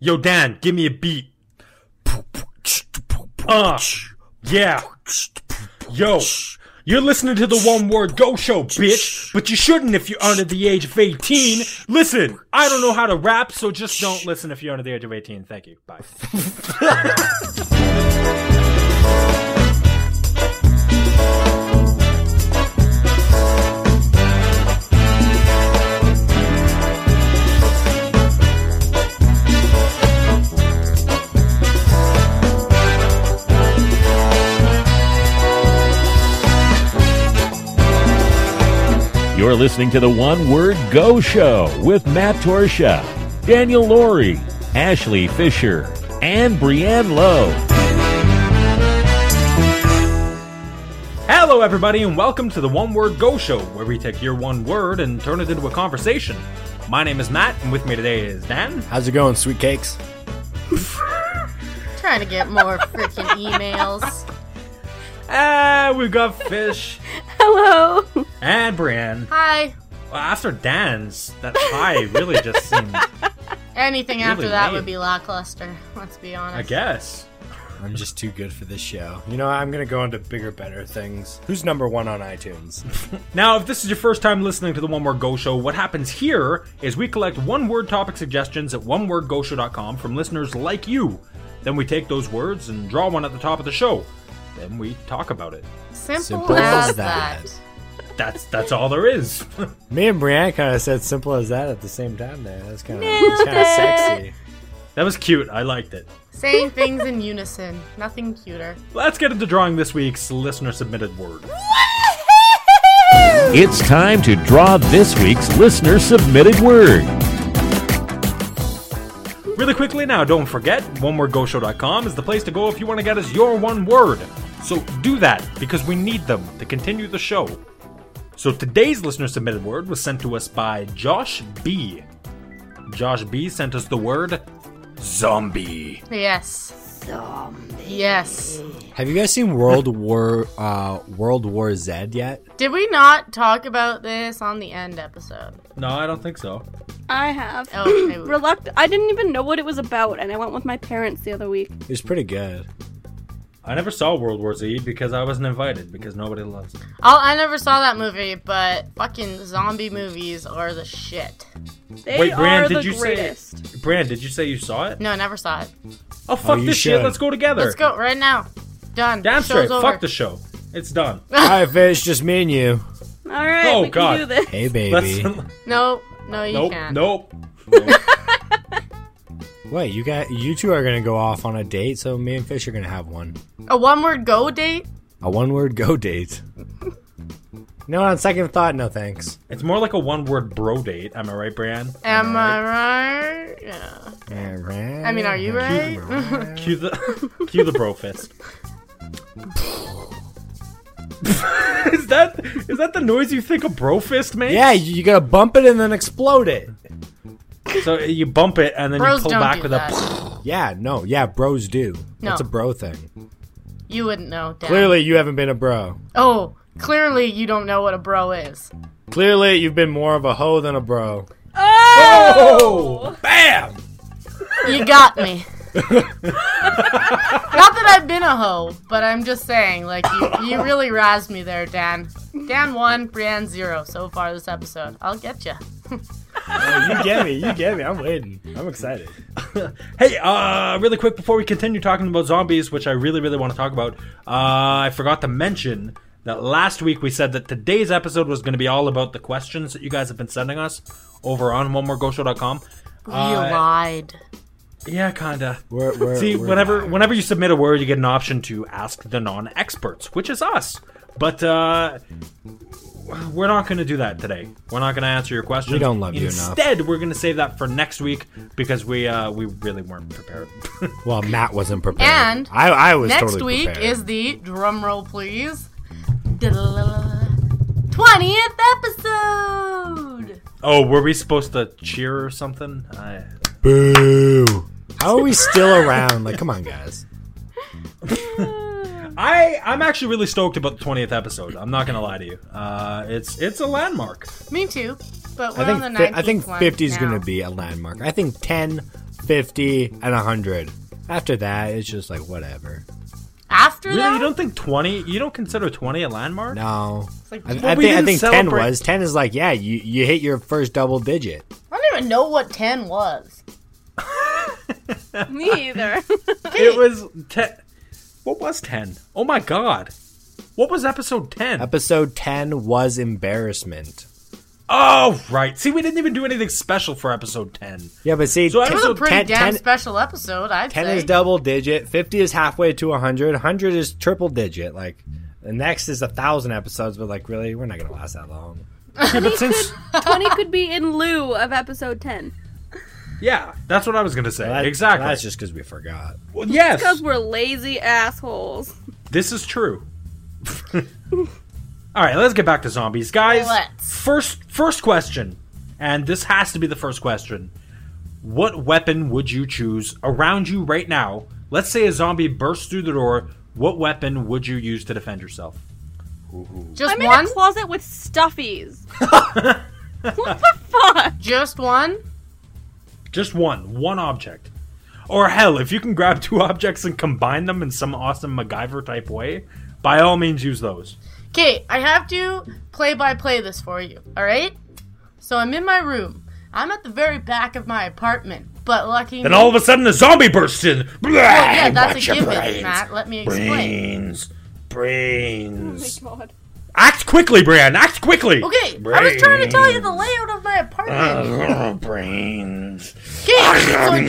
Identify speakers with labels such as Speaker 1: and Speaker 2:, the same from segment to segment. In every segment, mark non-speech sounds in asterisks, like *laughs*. Speaker 1: Yo, Dan, give me a beat. Uh, yeah. Yo, you're listening to the One Word Go Show, bitch. But you shouldn't if you're under the age of 18. Listen, I don't know how to rap, so just don't listen if you're under the age of 18. Thank you. Bye.
Speaker 2: You're listening to the One Word Go Show with Matt Torsha, Daniel Laurie, Ashley Fisher, and Brianne Lowe.
Speaker 1: Hello, everybody, and welcome to the One Word Go Show, where we take your one word and turn it into a conversation. My name is Matt, and with me today is Dan.
Speaker 3: How's it going, sweet cakes?
Speaker 4: Trying to get more freaking emails.
Speaker 1: Ah, we've got Fish
Speaker 5: Hello.
Speaker 1: and Brianne.
Speaker 4: Hi.
Speaker 1: Well, after Dan's, that high really just seemed.
Speaker 4: Anything
Speaker 1: Really
Speaker 4: after that
Speaker 1: lame.
Speaker 4: would be lackluster. Let's be honest.
Speaker 1: I guess.
Speaker 3: I'm just too good for this show. You know, I'm gonna go into bigger, better things. Who's number one on iTunes?
Speaker 1: Now, if this is your first time listening to the One Word Go Show, what happens here is we collect one word topic suggestions at onewordgoshow.com from listeners like you. Then we take those words and draw one at the top of the show. Then we talk about it.
Speaker 4: Simple,
Speaker 3: Simple
Speaker 4: as
Speaker 3: as that.
Speaker 4: that.
Speaker 1: That's that's all there is. *laughs*
Speaker 3: Me and Brianne kind of said "simple as that" at the same time. There, that's kind of kind of sexy.
Speaker 1: that was cute. I liked it.
Speaker 4: Saying things in unison. Nothing cuter.
Speaker 1: Let's get into drawing this week's listener submitted word.
Speaker 2: It's time to draw this week's listener submitted word.
Speaker 1: Really quickly now, don't forget, onewordgoshow.com is the place to go if you want to get us your one word. So do that, because we need them to continue the show. So today's listener submitted word was sent to us by Josh B. Josh B sent us the word zombie.
Speaker 4: Yes. Yes.
Speaker 3: Have you guys seen World War uh, World War Z yet?
Speaker 4: Did we not talk about this on the end episode?
Speaker 1: No, I don't think so.
Speaker 5: I have.
Speaker 4: Oh,
Speaker 5: *clears throat*
Speaker 4: okay.
Speaker 5: Reluctant. I didn't even know what it was about, and I went with my parents the other week.
Speaker 3: It was pretty good.
Speaker 1: I never saw World War Z because I wasn't invited because nobody loves it.
Speaker 4: Oh, I never saw that movie, but fucking zombie movies are the shit.
Speaker 5: They
Speaker 1: Wait,
Speaker 5: are
Speaker 1: Brianne,
Speaker 5: the
Speaker 1: did you say-
Speaker 5: greatest.
Speaker 1: Brand, did you say you saw it?
Speaker 4: No, I never saw it.
Speaker 1: Oh fuck
Speaker 3: you
Speaker 1: this shit,
Speaker 3: should.
Speaker 1: let's go together.
Speaker 4: Let's go right now. Done.
Speaker 1: Damn
Speaker 4: Show's
Speaker 1: straight,
Speaker 4: over.
Speaker 1: fuck the show. It's done.
Speaker 3: All right, fish, just me and you.
Speaker 5: All right,
Speaker 1: Oh,
Speaker 5: we
Speaker 1: God.
Speaker 5: can do
Speaker 3: *laughs*
Speaker 5: this.
Speaker 3: Hey,
Speaker 1: Let's,
Speaker 3: baby.
Speaker 4: No, no,
Speaker 1: *laughs*
Speaker 4: you
Speaker 1: nope,
Speaker 4: can't. *laughs*
Speaker 1: nope.
Speaker 3: Wait, you got you two are gonna go off on a date, so me and Fish are gonna have one.
Speaker 4: A one word go date?
Speaker 3: A one-word go date. no, on second thought, no thanks.
Speaker 1: It's more like a one word bro date. Am I right, Brianne?
Speaker 4: Am I right? Yeah.
Speaker 3: I
Speaker 4: I mean, are you right? *laughs*
Speaker 1: Cue the *laughs* cue the bro fist. is that is that the noise you think a bro fist makes?
Speaker 3: Yeah, you you gotta bump it and then explode it.
Speaker 1: So you bump it and then
Speaker 4: Bros
Speaker 1: you pull
Speaker 4: don't
Speaker 1: back
Speaker 4: do
Speaker 1: with a.
Speaker 4: that.
Speaker 3: Yeah, no, yeah, bros do.
Speaker 4: No.
Speaker 3: That's a bro thing.
Speaker 4: You wouldn't know, Dad.
Speaker 3: Clearly, you haven't been a bro.
Speaker 4: Oh, clearly you don't know what a bro is.
Speaker 3: Clearly, you've been more of a hoe than a bro.
Speaker 1: Oh! *laughs* Bam!
Speaker 4: You got me. Not that I've been a hoe, but I'm just saying, like, you, you really razzed me there, Dan. Dan 1, Brienne 0 so far this episode. I'll get you.
Speaker 3: you get me, you get me. I'm waiting. I'm excited.
Speaker 1: Hey, uh, really quick before we continue talking about zombies, which I really, really want to talk about, uh, I forgot to mention that last week we said that today's episode was going to be all about the questions that you guys have been sending us over on onemoregoshow.com.
Speaker 4: You
Speaker 1: Uh,
Speaker 4: lied.
Speaker 1: Yeah, kinda.
Speaker 3: We're, we're,
Speaker 1: See,
Speaker 3: we're
Speaker 1: whenever whenever you submit a word, you get an option to ask the non-experts, which is us. But uh, we're not going to do that today. We're not going to answer your questions.
Speaker 3: We don't love you enough.
Speaker 1: Instead, we're going to save that for next week because we uh, we really weren't prepared. *laughs*
Speaker 3: well, Matt wasn't prepared.
Speaker 4: And
Speaker 3: I, I was
Speaker 4: Next
Speaker 3: totally
Speaker 4: week
Speaker 3: prepared.
Speaker 4: is the, drum roll please, 20th episode!
Speaker 1: oh, were we supposed to cheer or something? I,
Speaker 3: boo. How are we still around? Like, come on, guys.
Speaker 1: I I'm actually really stoked about the 20th episode. I'm not going to lie to you. Uh, it's it's a landmark.
Speaker 4: Me too, but we're
Speaker 3: I think
Speaker 4: on the
Speaker 3: fi-
Speaker 4: 19th
Speaker 3: I think
Speaker 4: one
Speaker 3: 50 is
Speaker 4: now.
Speaker 3: going to be a landmark. I think 10, 50, and 100. After that, it's just like whatever.
Speaker 4: After
Speaker 1: Really?
Speaker 4: that,
Speaker 1: You don't think 20? You don't consider 20 a landmark?
Speaker 3: No.
Speaker 4: like-
Speaker 3: I, I
Speaker 1: Well, we
Speaker 3: think, I
Speaker 1: didn't
Speaker 3: think 10
Speaker 1: celebrate-
Speaker 3: was. 10 is like, yeah, you, you hit your first double digit.
Speaker 4: I don't even know what ten was.
Speaker 5: Me either.
Speaker 1: It was 10. What was 10? Oh my god. What was episode 10?
Speaker 3: Episode 10 was embarrassment.
Speaker 1: oh, right. See, we didn't even do anything special for episode 10.
Speaker 3: Yeah, but see,
Speaker 1: So I
Speaker 4: It was
Speaker 1: So
Speaker 4: a pretty
Speaker 3: 10
Speaker 4: damn
Speaker 3: 10
Speaker 4: special episode. I'd
Speaker 3: 10
Speaker 4: say.
Speaker 3: is double digit, 50 is halfway to 100, 100 is triple digit. Like, the next is a 1,000 episodes, but like, really? We're not going to last that long.
Speaker 1: Yeah, but since.
Speaker 5: 20 could be in lieu of episode 10.
Speaker 1: Yeah, that's what I was going to say.
Speaker 3: That-
Speaker 1: exactly.
Speaker 3: That's just because we forgot.
Speaker 1: Well, yes.
Speaker 5: Because we're lazy assholes.
Speaker 1: This is true. *laughs* All right, let's get back to zombies, guys.
Speaker 4: Let's.
Speaker 1: First, first question, and this has to be the first question. What weapon would you choose around you right now? Let's say a zombie bursts through the door. What weapon would you use to defend yourself?
Speaker 4: just
Speaker 5: I'm
Speaker 4: one.
Speaker 5: in a closet with
Speaker 1: *laughs*
Speaker 5: stuffies. what the fuck?
Speaker 4: just one.
Speaker 1: Just one, one object. Or hell, if you can grab *laughs* two objects and combine them in some awesome MacGyver type way, by all means use those.
Speaker 4: Okay, I have to play by play this for you, alright? So I'm in my room. I'm at the very back of my apartment, but lucky.
Speaker 1: Then all of a sudden, a zombie bursts in. Blah,
Speaker 4: Oh, Yeah, that's
Speaker 1: watch
Speaker 4: a
Speaker 1: your
Speaker 4: given,
Speaker 1: brains.
Speaker 4: Matt. Let me explain.
Speaker 1: Brains.
Speaker 4: Oh
Speaker 1: Brains.
Speaker 5: God.
Speaker 1: Act quickly, Bran. Act quickly.
Speaker 4: Okay, I was trying to tell you the layout of my apartment.
Speaker 1: *laughs* Oh, brains.
Speaker 4: Okay, so I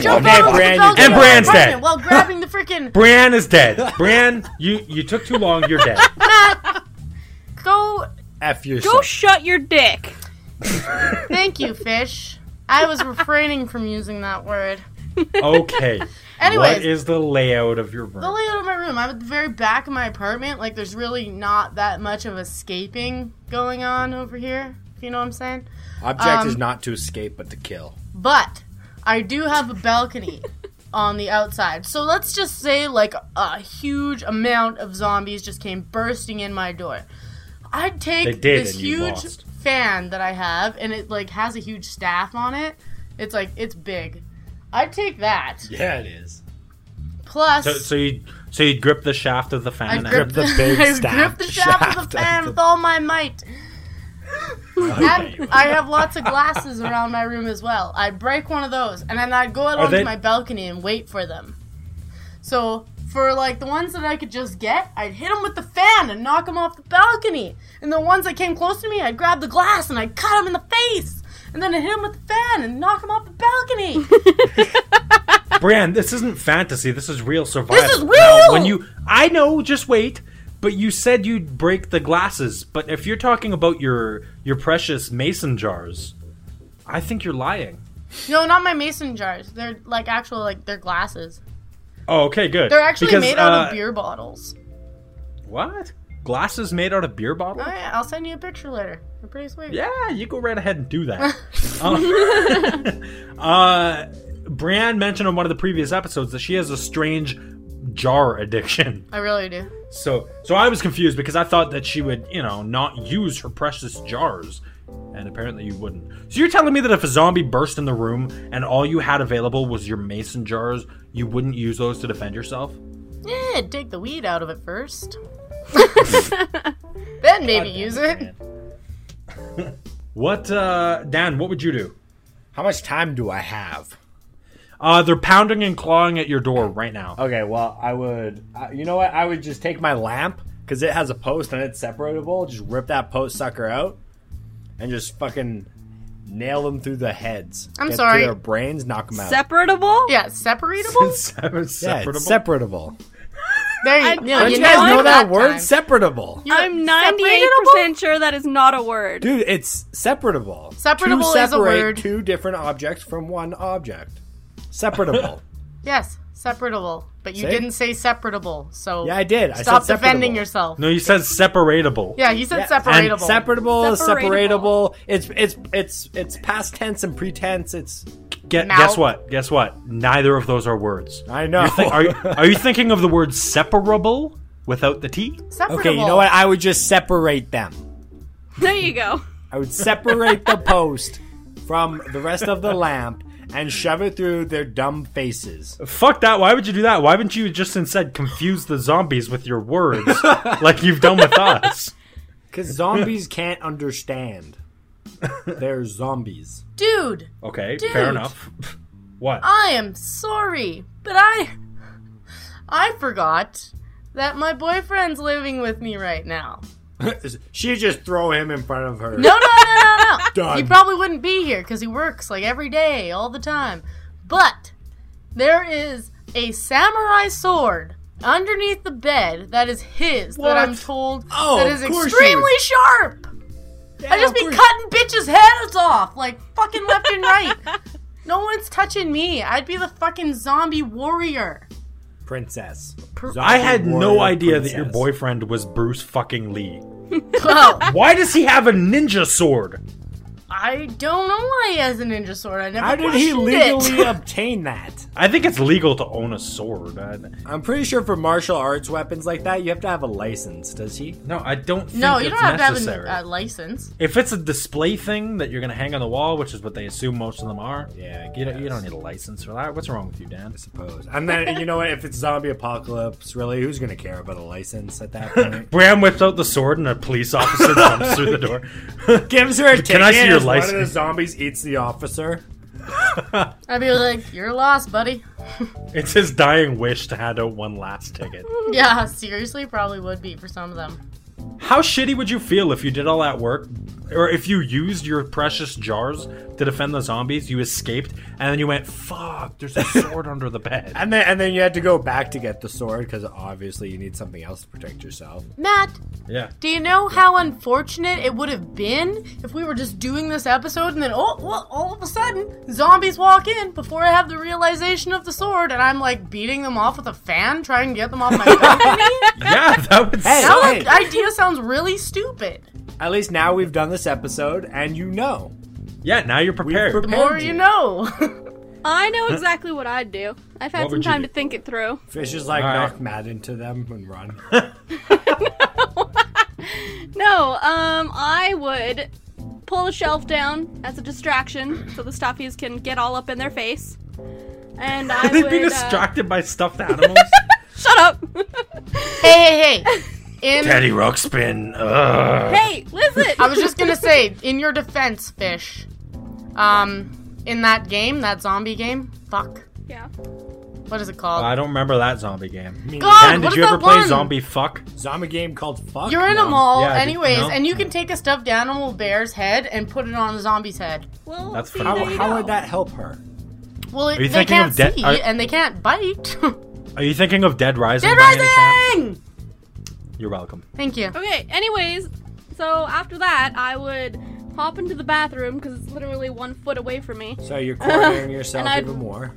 Speaker 1: *laughs*
Speaker 4: jump
Speaker 3: Okay,
Speaker 4: out of the
Speaker 3: Brand,
Speaker 4: balcony
Speaker 3: you're
Speaker 4: of my
Speaker 1: dead. And Brand's dead.
Speaker 4: apartment while grabbing the freaking
Speaker 1: Bran is
Speaker 4: *laughs*
Speaker 1: dead. Bran, you you took too long. You're dead.
Speaker 4: go.
Speaker 3: F yourself.
Speaker 5: Go shut your dick.
Speaker 4: Thank you, fish. I was refraining from using that word.
Speaker 1: Okay. what
Speaker 4: Anyways,
Speaker 1: is the layout of your
Speaker 4: the
Speaker 1: room?
Speaker 4: layout of my room. I'm at the very back of my apartment. Like, there's really not that much of escaping going on over here. If you know what I'm saying.
Speaker 3: Object
Speaker 4: Um,
Speaker 3: is not to escape, but to kill.
Speaker 4: But I do have a balcony on the outside. So let's just say, like, a huge amount of zombies just came bursting in my door. I'd take
Speaker 1: They did,
Speaker 4: this
Speaker 1: and you
Speaker 4: huge
Speaker 1: lost.
Speaker 4: fan that I have, and it, like, has a huge staff on it. It's like, it's big. I'd take that.
Speaker 3: Yeah, it is.
Speaker 4: Plus.
Speaker 1: So, so you so you grip the shaft of the fan.
Speaker 4: I'd
Speaker 1: and-
Speaker 4: grip
Speaker 3: the big
Speaker 4: *laughs* I'd
Speaker 3: staff-
Speaker 4: grip the shaft, of
Speaker 3: shaft
Speaker 4: the
Speaker 3: of
Speaker 4: fan
Speaker 3: the-
Speaker 4: with all my might. and I have lots of glasses around my room as well. I'd break one of those, and then I'd go out
Speaker 1: Are
Speaker 4: onto
Speaker 1: they-
Speaker 4: my balcony and wait for them. So for like the ones that I could just get, I'd hit them with the fan and knock them off the balcony. And the ones that came close to me, I'd grab the glass and I'd cut them in the face. And then I hit him with the fan and knock him off the balcony.
Speaker 1: Bran, this isn't fantasy. This is real survival.
Speaker 4: This is
Speaker 1: Now,
Speaker 4: real!
Speaker 1: when you, I know. Just wait. But you said you'd break the glasses. But if you're talking about your your precious mason jars, I think you're lying.
Speaker 4: no, not my mason jars. They're like actual like they're glasses.
Speaker 1: Oh, okay, good.
Speaker 4: They're actually
Speaker 1: Because,
Speaker 4: made out
Speaker 1: uh,
Speaker 4: of beer bottles.
Speaker 1: What? Glasses made out of beer bottle?
Speaker 4: Oh yeah, I'll send you a picture later. They're pretty sweet.
Speaker 1: Yeah, you go right ahead and do that. um, *laughs* uh, Bran mentioned on one of the previous episodes that she has a strange jar addiction.
Speaker 4: I really do.
Speaker 1: So so I was confused because I thought that she would, you know, not use her precious jars. And apparently you wouldn't. So you're telling me that if a zombie burst in the room and all you had available was your mason jars, you wouldn't use those to defend yourself?
Speaker 4: Yeah, dig the weed out of it
Speaker 3: *laughs*
Speaker 4: first. then maybe use it.
Speaker 1: What uh Dan, what would you do?
Speaker 3: How much time do I have?
Speaker 1: Uh they're pounding and clawing at your door right now.
Speaker 3: Okay, well, I would. Uh, you know what? I would just take my lamp because it has a post and it's separable. Just rip that post sucker out and just fucking nail them through the heads.
Speaker 4: I'm
Speaker 3: Get
Speaker 4: sorry.
Speaker 3: Through their brains, knock them out.
Speaker 5: Separable?
Speaker 1: *laughs*
Speaker 3: *laughs*
Speaker 4: Yeah, separatable.
Speaker 1: Separ-
Speaker 3: Oh. yeah, it's
Speaker 1: separable?
Speaker 3: separatable.
Speaker 4: There you, no,
Speaker 5: I- Don't
Speaker 3: Don't
Speaker 4: you
Speaker 3: you guys
Speaker 4: know,
Speaker 3: know,
Speaker 4: it
Speaker 3: that word?
Speaker 4: time.
Speaker 3: Separatable.
Speaker 4: You-
Speaker 5: I'm 98%
Speaker 4: separatable?
Speaker 5: sure that is not a word.
Speaker 3: Dude, it's separable.
Speaker 4: Separable
Speaker 3: to
Speaker 4: is a
Speaker 3: separate
Speaker 4: word.
Speaker 3: two different objects from one object.
Speaker 4: *laughs*
Speaker 3: Separable.
Speaker 4: Yes, separatable. But you
Speaker 3: See?
Speaker 4: didn't say separatable, so
Speaker 3: yeah, I did. I
Speaker 4: stop
Speaker 3: said
Speaker 4: defending
Speaker 3: separable.
Speaker 4: yourself.
Speaker 1: No, you said separatable.
Speaker 4: Yeah, you said
Speaker 3: Yeah,
Speaker 4: separatable.
Speaker 3: And separable, is separatable.
Speaker 5: Separatable.
Speaker 3: It's it's it's it's past tense and pretense. It's
Speaker 1: Get,
Speaker 4: Mouth.
Speaker 1: guess what? Guess what? Neither of those are words.
Speaker 3: I know.
Speaker 1: Thi- Are *laughs* you, are you thinking of the word separable without the T?
Speaker 3: *laughs*
Speaker 4: separable.
Speaker 3: okay, you know what? I would just separate them.
Speaker 5: There you go.
Speaker 3: I would separate the post from the rest of the lamp and shove it through their dumb faces.
Speaker 1: Fuck that. Why would you do that? Why haven't you just instead confuse the zombies with your *laughs* words like you've done with us?
Speaker 3: Because zombies can't understand. They're zombies. *laughs*
Speaker 4: Dude,
Speaker 1: Okay,
Speaker 4: Dude. Uh,
Speaker 1: fair enough. *laughs* What?
Speaker 4: I am sorry, but I I forgot that my boyfriend's living with me right now.
Speaker 3: she just throw him in front of her.
Speaker 4: No, no, no, no, no.
Speaker 3: *laughs* Done.
Speaker 4: he probably wouldn't be here because he works like every day, all the time. But there is a samurai sword underneath the bed that is his.
Speaker 3: What?
Speaker 4: That I'm told
Speaker 3: Oh,
Speaker 4: that is
Speaker 3: of course
Speaker 4: extremely sharp. I just be cutting bitches' heads off like fucking left
Speaker 3: *laughs*
Speaker 4: and right. No one's touching me. I'd be the fucking zombie warrior.
Speaker 3: Princess.
Speaker 1: I had
Speaker 3: Zombie
Speaker 1: no
Speaker 3: warrior
Speaker 1: idea that your
Speaker 3: princess.
Speaker 1: boyfriend was Bruce fucking Lee.
Speaker 4: Well,
Speaker 1: Why does he have a ninja sword?
Speaker 4: I don't know why he has a ninja sword. I never
Speaker 3: How did he
Speaker 4: questioned
Speaker 3: legally *laughs*
Speaker 4: it.
Speaker 3: obtain that?
Speaker 1: I think it's legal to own a sword. I,
Speaker 3: I'm pretty sure for martial arts weapons like that, you have to have a license. Does he?
Speaker 1: no, I don't think
Speaker 4: *laughs* no, you
Speaker 1: it's
Speaker 4: don't have
Speaker 1: necessary.
Speaker 4: to have a uh, license.
Speaker 1: if it's a display thing that you're gonna hang on the wall, which is what they assume most of them are,
Speaker 3: Yeah, I
Speaker 1: you don't, you don't need a license for that. What's wrong with you, Dan?
Speaker 3: Suppose. And then you know what? If it's zombie apocalypse, really, who's gonna care about a license at that point?
Speaker 1: Bram whips out the sword and a police *laughs* officer comes through the door.
Speaker 3: *laughs* Gives her a ticket.
Speaker 1: Can I see your
Speaker 3: as One of the
Speaker 1: license?
Speaker 3: zombies eats the officer.
Speaker 4: I'd be like, "You're lost, buddy."
Speaker 1: It's his dying wish to hand out one last ticket.
Speaker 4: Yeah, seriously, probably would be for some of them.
Speaker 1: How shitty would you feel if you did all that work, or if you used your precious jars to defend the zombies, you escaped, and then you went, fuck, there's a sword *laughs* under the bed.
Speaker 3: And then and then you had to go back to get the sword because obviously you need something else to protect yourself.
Speaker 4: Matt,
Speaker 1: Yeah.
Speaker 4: do you know how unfortunate it would have been if we were just doing this episode and then oh, well, all of a sudden zombies walk in before I have the realization of the sword and I'm like beating them off with a fan, trying to get them off my balcony.
Speaker 1: Yeah, *laughs* that would
Speaker 3: Hey,
Speaker 1: suck.
Speaker 4: now
Speaker 3: Hey.
Speaker 4: the idea sounds really stupid.
Speaker 3: At least now we've done this episode, and you know.
Speaker 1: Yeah, now you're prepared.
Speaker 3: We've
Speaker 4: The more
Speaker 3: prepared
Speaker 4: you know. *laughs*
Speaker 5: I know exactly what I'd do. I've had
Speaker 1: What
Speaker 5: some
Speaker 1: would you
Speaker 5: time
Speaker 1: do?
Speaker 5: to think it through.
Speaker 3: Fish is like
Speaker 1: All right.
Speaker 3: knock Matt into them and run.
Speaker 5: No, um, I would pull the shelf down as a distraction so the stuffies can get all up in their face. And I
Speaker 1: They'd *laughs*
Speaker 5: would
Speaker 1: be
Speaker 5: uh,
Speaker 1: distracted by
Speaker 5: *laughs*
Speaker 1: stuffed animals.
Speaker 5: shut up. *laughs*
Speaker 4: hey, hey, *laughs* hey. In
Speaker 1: Teddy Ruxpin. Ugh.
Speaker 5: hey, listen.
Speaker 4: I was just gonna say, in your defense, fish. Um, in that game, that zombie game, fuck,
Speaker 5: yeah.
Speaker 4: what is it called?
Speaker 1: I don't remember that zombie game.
Speaker 4: God,
Speaker 1: Dan,
Speaker 4: Uh, Um, what
Speaker 1: did
Speaker 4: is
Speaker 1: you
Speaker 4: that
Speaker 1: ever play
Speaker 4: one?
Speaker 1: Zombie Fuck?
Speaker 3: Zombie game called Fuck.
Speaker 4: You're in a
Speaker 3: No.
Speaker 4: mall,
Speaker 1: Yeah, I did-
Speaker 4: anyways,
Speaker 1: no.
Speaker 4: and you can take a stuffed animal bear's head and put it on the zombie's head.
Speaker 5: Well,
Speaker 1: That's
Speaker 5: see,
Speaker 1: fine.
Speaker 5: there
Speaker 3: How,
Speaker 5: you
Speaker 3: how
Speaker 5: go.
Speaker 3: would that help her?
Speaker 4: Well,
Speaker 1: Are you
Speaker 4: it, they
Speaker 1: thinking
Speaker 4: can't
Speaker 1: of de-
Speaker 4: see
Speaker 1: are-
Speaker 4: and they can't bite. *laughs*
Speaker 1: Are you thinking of Dead Rising?
Speaker 4: Dead
Speaker 1: by any chance?
Speaker 4: Rising!
Speaker 1: You're welcome.
Speaker 4: Thank you.
Speaker 5: Okay, anyways, so after that, I would hop into the bathroom because it's literally one foot away from me.
Speaker 3: So you're cornering yourself
Speaker 5: And I'd-
Speaker 3: even more.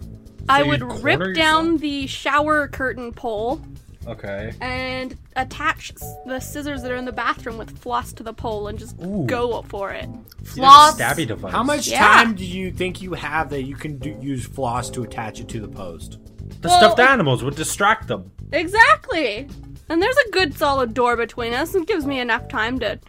Speaker 5: I
Speaker 1: you'd
Speaker 5: would
Speaker 1: corner
Speaker 5: rip
Speaker 1: yourself?
Speaker 5: down the shower curtain pole
Speaker 1: Okay.
Speaker 5: and attach s- the scissors that are in the bathroom with floss to the pole and just
Speaker 1: Ooh.
Speaker 5: go for it.
Speaker 4: Floss.
Speaker 1: Stabby device.
Speaker 3: How much
Speaker 5: Yeah.
Speaker 3: time do you think you have that you can do, use floss to attach it to the post?
Speaker 1: The
Speaker 5: Well-
Speaker 1: stuffed animals would distract them.
Speaker 5: Exactly. And there's a good solid door between us. It gives me enough time to,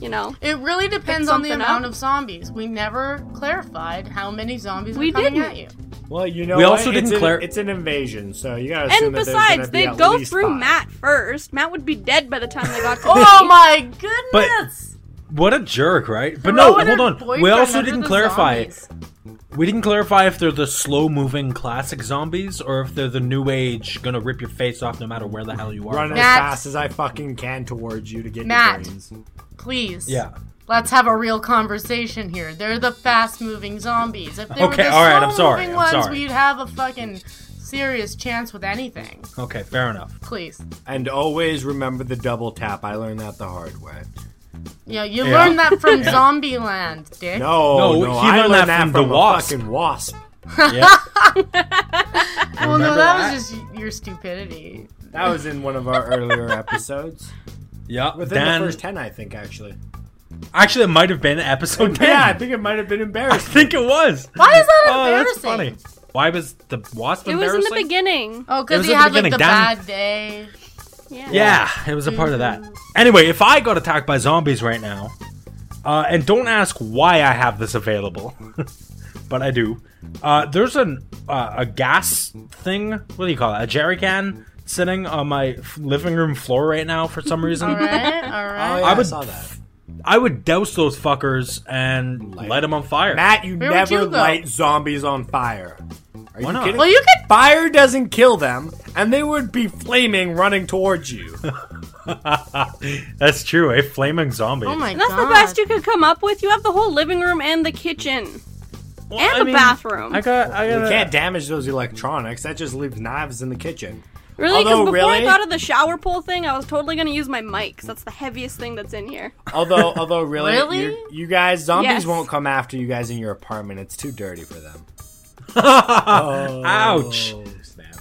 Speaker 5: you know.
Speaker 4: It really depends on the
Speaker 5: something
Speaker 4: amount
Speaker 5: up.
Speaker 4: of zombies. We never clarified how many zombies
Speaker 5: We
Speaker 4: were coming
Speaker 5: didn't.
Speaker 4: at you.
Speaker 3: Well, you know,
Speaker 1: We
Speaker 3: what?
Speaker 1: also
Speaker 3: it's
Speaker 1: didn't
Speaker 3: an,
Speaker 1: clar-
Speaker 3: It's an invasion, so you gotta assume
Speaker 5: And
Speaker 3: that there's gonna
Speaker 5: besides,
Speaker 3: be
Speaker 5: they'd
Speaker 3: at
Speaker 5: go
Speaker 3: least
Speaker 5: through
Speaker 3: five.
Speaker 5: Matt first. Matt would be dead by the time they
Speaker 4: *laughs*
Speaker 5: got to
Speaker 4: Oh
Speaker 5: *laughs* me.
Speaker 4: my goodness!
Speaker 1: What a jerk, right? But no,
Speaker 4: Throwing
Speaker 1: hold
Speaker 4: her
Speaker 1: on. We
Speaker 4: boyfriend
Speaker 1: also
Speaker 4: under
Speaker 1: didn't
Speaker 4: the
Speaker 1: clarify.
Speaker 4: zombies.
Speaker 1: We didn't clarify if they're the slow-moving classic zombies or if they're the new age, gonna rip your face off no matter where the hell you are.
Speaker 3: Run as
Speaker 4: Matt.
Speaker 3: fast as I fucking can towards you to get
Speaker 4: Matt.
Speaker 3: your brains.
Speaker 4: Please.
Speaker 1: Yeah.
Speaker 4: Let's have a real conversation here. They're the fast-moving zombies. If they were
Speaker 1: Okay,
Speaker 4: the
Speaker 1: all right, I'm sorry,
Speaker 4: slow-moving
Speaker 1: I'm
Speaker 4: ones,
Speaker 1: sorry.
Speaker 4: we'd have a fucking serious chance with anything.
Speaker 1: Okay, fair
Speaker 4: *laughs*
Speaker 1: enough.
Speaker 4: Please.
Speaker 3: And always remember the double tap. I learned that the hard way.
Speaker 4: You know, you
Speaker 1: *laughs* Yeah.
Speaker 4: learned that from Zombieland, Dick.
Speaker 3: No,
Speaker 1: No,
Speaker 3: no,
Speaker 1: he
Speaker 3: I
Speaker 1: learned
Speaker 3: learned
Speaker 1: that
Speaker 3: that
Speaker 1: from the
Speaker 3: a
Speaker 1: wasp.
Speaker 3: fucking wasp.
Speaker 1: Yeah.
Speaker 4: well, no,
Speaker 1: remember
Speaker 4: that, was
Speaker 1: that?
Speaker 4: just your stupidity.
Speaker 3: That was in one of
Speaker 1: *laughs*
Speaker 3: our earlier episodes.
Speaker 1: Yeah.
Speaker 3: Within
Speaker 1: Dan.
Speaker 3: the first ten, I think actually.
Speaker 1: Actually, it might have been episode Oh, ten. *laughs*
Speaker 3: Yeah, I think it might have been
Speaker 1: I
Speaker 3: embarrassing.
Speaker 1: think it was.
Speaker 4: Why is that
Speaker 1: Oh, that's
Speaker 4: embarrassing?
Speaker 1: funny. Why was the wasp
Speaker 5: it was in the
Speaker 1: embarrassing?
Speaker 5: beginning.
Speaker 1: It
Speaker 4: Oh,
Speaker 1: was
Speaker 4: because he
Speaker 1: at the
Speaker 4: had like
Speaker 1: beginning,
Speaker 4: the
Speaker 1: Dan-
Speaker 4: bad *laughs* day.
Speaker 5: Yeah.
Speaker 1: Yeah, it was a part of that.
Speaker 5: Mm-hmm.
Speaker 1: Anyway, if I got attacked by zombies right now, uh, and don't ask why I have this available, *laughs* but but I do. Uh, there's an uh, a gas thing. What do you call it? A jerry can sitting on my f- living room floor right now for
Speaker 5: *laughs*
Speaker 1: some reason.
Speaker 4: All right, all right.
Speaker 3: Oh, yeah,
Speaker 1: I would-
Speaker 3: saw that.
Speaker 1: I would douse those fuckers and light, them on fire. *laughs*
Speaker 3: Matt, you
Speaker 4: Where would
Speaker 3: never
Speaker 4: you go?
Speaker 3: light zombies on fire.
Speaker 1: Why
Speaker 3: Are you
Speaker 1: not?
Speaker 3: kidding?
Speaker 4: Well, you could.
Speaker 3: fire doesn't kill them, and they would be flaming running towards *laughs* you.
Speaker 1: That's true. A flaming zombie.
Speaker 4: Oh my
Speaker 5: And that's
Speaker 4: god.
Speaker 5: the best you could come up with. You have the whole living room and the kitchen.
Speaker 1: Well,
Speaker 5: and
Speaker 1: I
Speaker 5: the
Speaker 1: mean,
Speaker 5: bathroom.
Speaker 1: I got. I
Speaker 3: You
Speaker 1: got.
Speaker 3: can't damage those electronics. That just leaves knives in the kitchen.
Speaker 5: Really? Because
Speaker 3: Although,
Speaker 5: before I
Speaker 3: really-
Speaker 5: got to the shower pool thing, I was totally going to use my mic 'cause that's the heaviest thing that's in here.
Speaker 3: Although, *laughs* although, really,
Speaker 4: Really?
Speaker 3: you- you guys, zombies
Speaker 5: Yes.
Speaker 3: won't come after you guys in your apartment. It's too dirty for them.
Speaker 1: *laughs* Ouch.
Speaker 3: Oh, snap.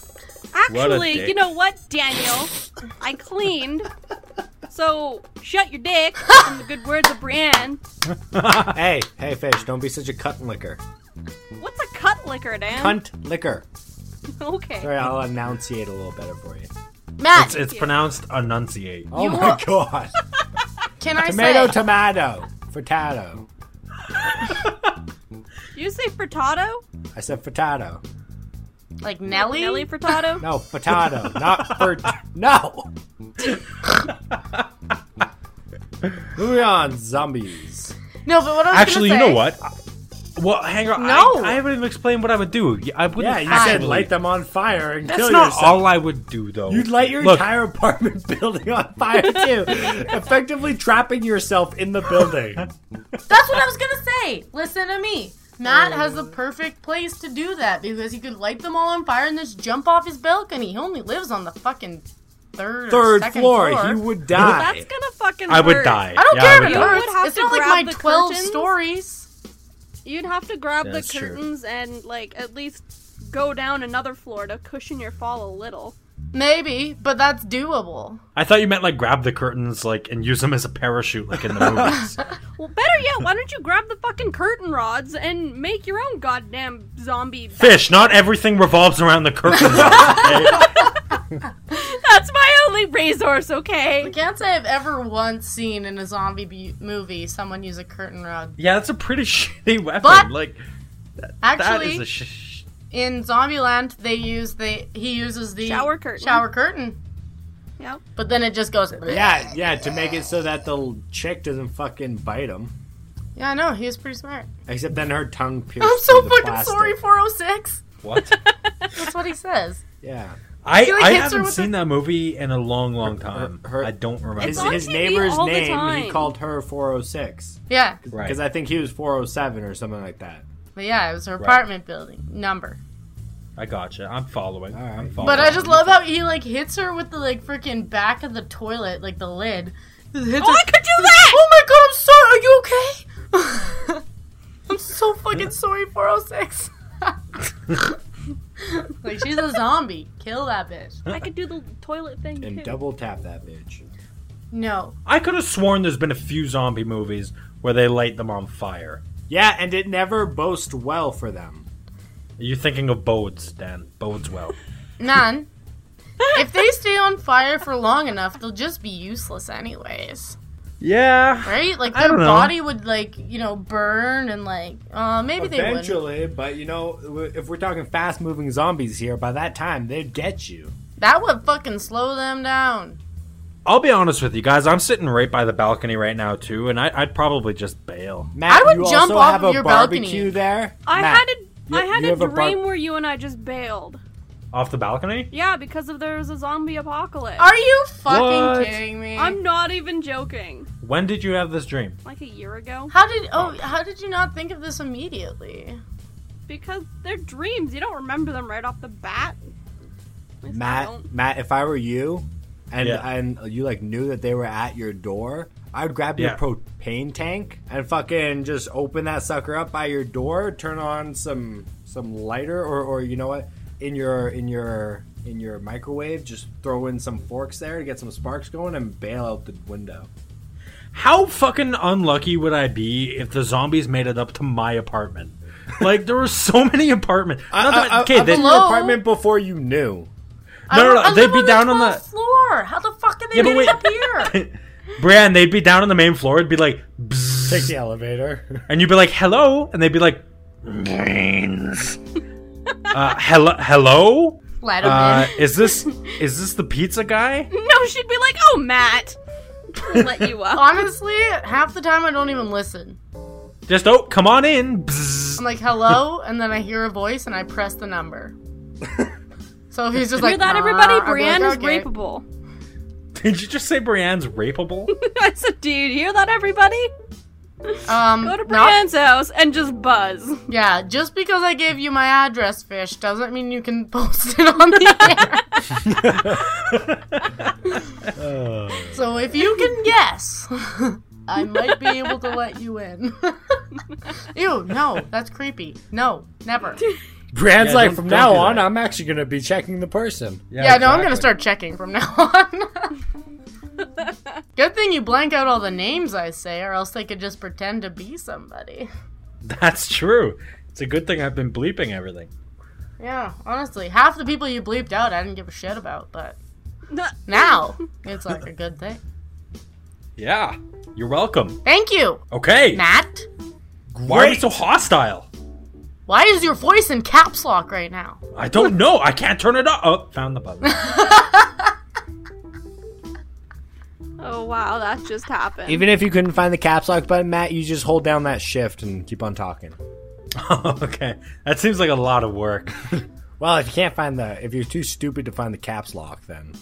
Speaker 5: Actually,
Speaker 1: dick.
Speaker 5: you know what, Daniel? I cleaned. So shut your
Speaker 3: *laughs*
Speaker 5: dick in the good words of Brienne.
Speaker 3: Hey, hey, fish! Don't be such a cunt licker.
Speaker 5: What's a cut liquor, Dan?
Speaker 3: Cunt licker.
Speaker 5: *laughs* Okay.
Speaker 3: Sorry, I'll enunciate a little better for you.
Speaker 4: Matt,
Speaker 1: It's, it's pronounced enunciate.
Speaker 3: Oh
Speaker 4: You
Speaker 3: my
Speaker 4: will-
Speaker 3: *laughs* god.
Speaker 4: can I
Speaker 3: tomato,
Speaker 4: say?
Speaker 3: tomato, frittato.
Speaker 5: Did you say frittado?
Speaker 3: I said frittato.
Speaker 4: like Nelly?
Speaker 5: Nelly
Speaker 3: *laughs*
Speaker 5: frittado?
Speaker 3: No, frittato, not for no. *laughs* Moving on, zombies.
Speaker 4: No, but what I was
Speaker 1: Actually, you know
Speaker 4: gonna say-
Speaker 1: what? I- Well, hang on. I-
Speaker 4: No.
Speaker 1: I, haven't even explained what I would do. Y- I wouldn't.
Speaker 3: Yeah, you said
Speaker 1: actually-
Speaker 3: light them on fire and
Speaker 1: That's
Speaker 3: kill
Speaker 1: not
Speaker 3: yourself.
Speaker 1: all I would do, though.
Speaker 3: You'd light your
Speaker 1: Look,
Speaker 3: entire apartment *laughs* building on fire too, effectively trapping yourself in the building.
Speaker 4: That's what I was gonna say. Listen to me. Matt has the perfect place to do that because he could light them all on fire and just jump off his balcony. He only lives on the fucking third, or
Speaker 3: Third
Speaker 4: second
Speaker 3: floor, he would die.
Speaker 5: That's gonna fucking
Speaker 1: I would
Speaker 5: hurt.
Speaker 1: die.
Speaker 4: I don't
Speaker 1: Yeah,
Speaker 4: care
Speaker 1: would
Speaker 4: if it
Speaker 1: die.
Speaker 5: would
Speaker 4: hurts.
Speaker 5: have
Speaker 4: It's
Speaker 5: to
Speaker 4: not like
Speaker 5: grab
Speaker 4: my
Speaker 5: the
Speaker 4: twelve
Speaker 5: curtains.
Speaker 4: stories.
Speaker 5: You'd have to grab
Speaker 3: That's
Speaker 5: the
Speaker 3: true.
Speaker 5: curtains and like at least go down another floor to cushion your fall a little.
Speaker 4: Maybe, but that's doable.
Speaker 1: I thought you meant like grab the curtains, like, and use them as a parachute, like in the movies. *laughs*
Speaker 5: Well, better yet, why don't you grab the fucking curtain rods and make your own goddamn
Speaker 3: *laughs*
Speaker 5: zombie? ba-
Speaker 1: Fish. Not everything revolves around the curtains. okay?
Speaker 5: That's my only resource, okay?
Speaker 4: I can't say I've ever once seen in a zombie be- movie someone use a curtain rod.
Speaker 1: Yeah, that's a pretty *laughs* shitty weapon.
Speaker 4: But-
Speaker 1: like that
Speaker 4: Actually,
Speaker 1: is a sh-
Speaker 4: in Zombieland, they use the he uses the
Speaker 5: Shower curtain.
Speaker 4: shower curtain,
Speaker 3: *laughs*
Speaker 5: Yep.
Speaker 4: but then it just goes.
Speaker 3: Yeah, yeah, to make it so that the chick doesn't fucking bite him.
Speaker 4: yeah, I know. He was pretty smart.
Speaker 3: Except then her tongue pierced.
Speaker 4: I'm so
Speaker 3: through the
Speaker 4: fucking
Speaker 3: plastic.
Speaker 4: sorry, 406.
Speaker 1: what?
Speaker 4: That's
Speaker 5: *laughs*
Speaker 4: what he says.
Speaker 3: Yeah,
Speaker 1: I,
Speaker 4: like
Speaker 1: I
Speaker 4: hits her
Speaker 1: haven't
Speaker 4: with
Speaker 1: seen that movie in a long, long time.
Speaker 3: her- her-
Speaker 1: I don't remember.
Speaker 3: his,
Speaker 5: on
Speaker 3: his
Speaker 5: TV
Speaker 3: neighbor's
Speaker 5: all the
Speaker 3: name. He
Speaker 5: time.
Speaker 3: called her 406
Speaker 4: Yeah,
Speaker 1: Right.
Speaker 3: because I think he was 407 or something like that.
Speaker 4: but yeah, it was her apartment building number.
Speaker 1: I gotcha. I'm following.
Speaker 3: All
Speaker 1: I'm
Speaker 3: right.
Speaker 1: following.
Speaker 4: But I just love how he like hits her with the like freaking back of the toilet, like the lid. Just hits
Speaker 5: Oh,
Speaker 4: her-
Speaker 5: I could do that!
Speaker 4: Oh my god, I'm sorry. Are you okay? *laughs* I'm so
Speaker 5: *laughs*
Speaker 4: fucking sorry, 406. *laughs* like she's a zombie. Kill that bitch.
Speaker 5: I could do the toilet thing
Speaker 4: *laughs*
Speaker 5: too. *laughs*
Speaker 3: And double tap that bitch.
Speaker 4: No.
Speaker 1: I could have sworn there's been a few zombie movies where they light them on fire.
Speaker 3: Yeah, and it never boasts well for them.
Speaker 1: You're thinking of Bodes, Dan. Bodes
Speaker 4: *laughs*
Speaker 1: well.
Speaker 4: None. if they stay on fire for long enough, they'll just be useless anyways.
Speaker 1: Yeah.
Speaker 4: Right? Like
Speaker 1: I
Speaker 4: their
Speaker 1: don't know.
Speaker 4: body would like, you know, burn and like uh maybe they would. not
Speaker 3: Eventually, but you know, w- if we're talking fast-moving zombies here, by that time they'd get you.
Speaker 4: That would fucking slow them down.
Speaker 1: I'll be honest with you guys. I'm sitting right by the balcony right now too, and I, I'd probably just bail.
Speaker 3: Matt,
Speaker 4: I would
Speaker 3: you
Speaker 4: jump
Speaker 3: also
Speaker 4: off
Speaker 3: have
Speaker 4: of
Speaker 3: a
Speaker 4: your balcony.
Speaker 3: barbecue there.
Speaker 5: I
Speaker 3: Matt,
Speaker 5: had a
Speaker 3: you-
Speaker 5: I had
Speaker 3: you
Speaker 5: a
Speaker 3: have a
Speaker 5: dream
Speaker 3: bar-
Speaker 5: where you and I just bailed.
Speaker 1: Off the balcony?
Speaker 5: Yeah, because of there was a zombie apocalypse.
Speaker 4: Are you fucking
Speaker 1: What?
Speaker 4: kidding me?
Speaker 5: I'm not even joking.
Speaker 1: When did you have this dream?
Speaker 5: Like a year ago,
Speaker 4: How did oh how did you not think of this immediately?
Speaker 5: because they're dreams. You don't remember them right off the bat. At least I don't.
Speaker 3: Matt, Matt, if I were you, and
Speaker 1: Yeah.
Speaker 3: and you like knew that they were at your door, I'd grab
Speaker 1: Yeah.
Speaker 3: your propane tank and fucking just open that sucker up by your door, turn on some some lighter or or you know what in your in your in your microwave, just throw in some forks there to get some sparks going and bail out the window.
Speaker 1: How fucking unlucky would I be if the zombies made it up to my apartment? Like there were so many apartments. Not that- okay,
Speaker 3: I, I,
Speaker 1: they-
Speaker 3: in your
Speaker 4: Hello?
Speaker 3: apartment before you knew.
Speaker 1: No, no, no,
Speaker 4: I, I
Speaker 1: they'd
Speaker 4: live
Speaker 1: be
Speaker 4: on
Speaker 1: down
Speaker 4: the
Speaker 1: on the-
Speaker 4: 12th floor. How the fuck did they
Speaker 1: Yeah, but
Speaker 4: get
Speaker 1: wait.
Speaker 4: up
Speaker 1: *laughs*
Speaker 4: here?
Speaker 1: Brian, they'd be down on the main floor. It'd be like, "Bzzz,"
Speaker 3: Take the elevator.
Speaker 1: *laughs* and you'd be like, "Hello," and they'd be like, Brains. *laughs* uh, hello, hello. Uh,
Speaker 4: Letterman.
Speaker 1: is this is this the pizza guy?
Speaker 5: No, she'd be like, "Oh, Matt, let you up."
Speaker 4: Honestly, half the time I don't even listen.
Speaker 1: Just oh, come on in. Bzzz.
Speaker 4: I'm
Speaker 1: *laughs*
Speaker 4: like, hello, and then I hear a voice and I press the number. So if he's just *laughs*
Speaker 5: Hear
Speaker 4: like,
Speaker 5: that,
Speaker 4: "Nah,"
Speaker 5: everybody?
Speaker 4: I'd be like,
Speaker 5: Brienne is
Speaker 4: "Okay."
Speaker 5: rapeable.
Speaker 1: Did you just say Brienne's rapeable?
Speaker 5: *laughs*
Speaker 1: *laughs*
Speaker 5: I said, "Do you hear that, everybody?
Speaker 4: Um,
Speaker 5: Go to
Speaker 4: no,
Speaker 5: Brienne's house and just buzz." *laughs*
Speaker 4: Yeah, just because I gave you my address, fish, doesn't mean you can *laughs* post it on the air. so if you can guess, *laughs* I might be able to let you in. *laughs* Ew, no, that's creepy. No, never.
Speaker 3: Brand's
Speaker 1: Yeah,
Speaker 3: like,
Speaker 1: don't-
Speaker 3: from
Speaker 1: don't
Speaker 3: now
Speaker 1: do
Speaker 3: on,
Speaker 1: that."
Speaker 3: I'm actually gonna be checking the person.
Speaker 4: Yeah, no, I'm gonna start checking from now on. *laughs* Good thing you blank out all the names I say, or else they could just pretend to be somebody.
Speaker 1: That's true. It's a good thing I've been bleeping everything.
Speaker 4: Yeah, honestly, half the people you bleeped out I didn't give a shit about, but
Speaker 5: No,
Speaker 4: now it's like a good thing.
Speaker 1: Yeah. You're welcome.
Speaker 4: Thank you,
Speaker 1: Okay.
Speaker 4: Matt.
Speaker 1: Why are you so hostile?
Speaker 4: Why is your voice in caps lock right now?
Speaker 1: I don't know. I can't turn it off. Oh, found the button. *laughs*
Speaker 5: Oh wow, that just happened.
Speaker 3: Even if you couldn't find the caps lock button, Matt, you just hold down that shift and keep on talking.
Speaker 1: okay. That seems like a lot of work.
Speaker 3: Well, if you can't find the, if you're too stupid to find the caps lock, then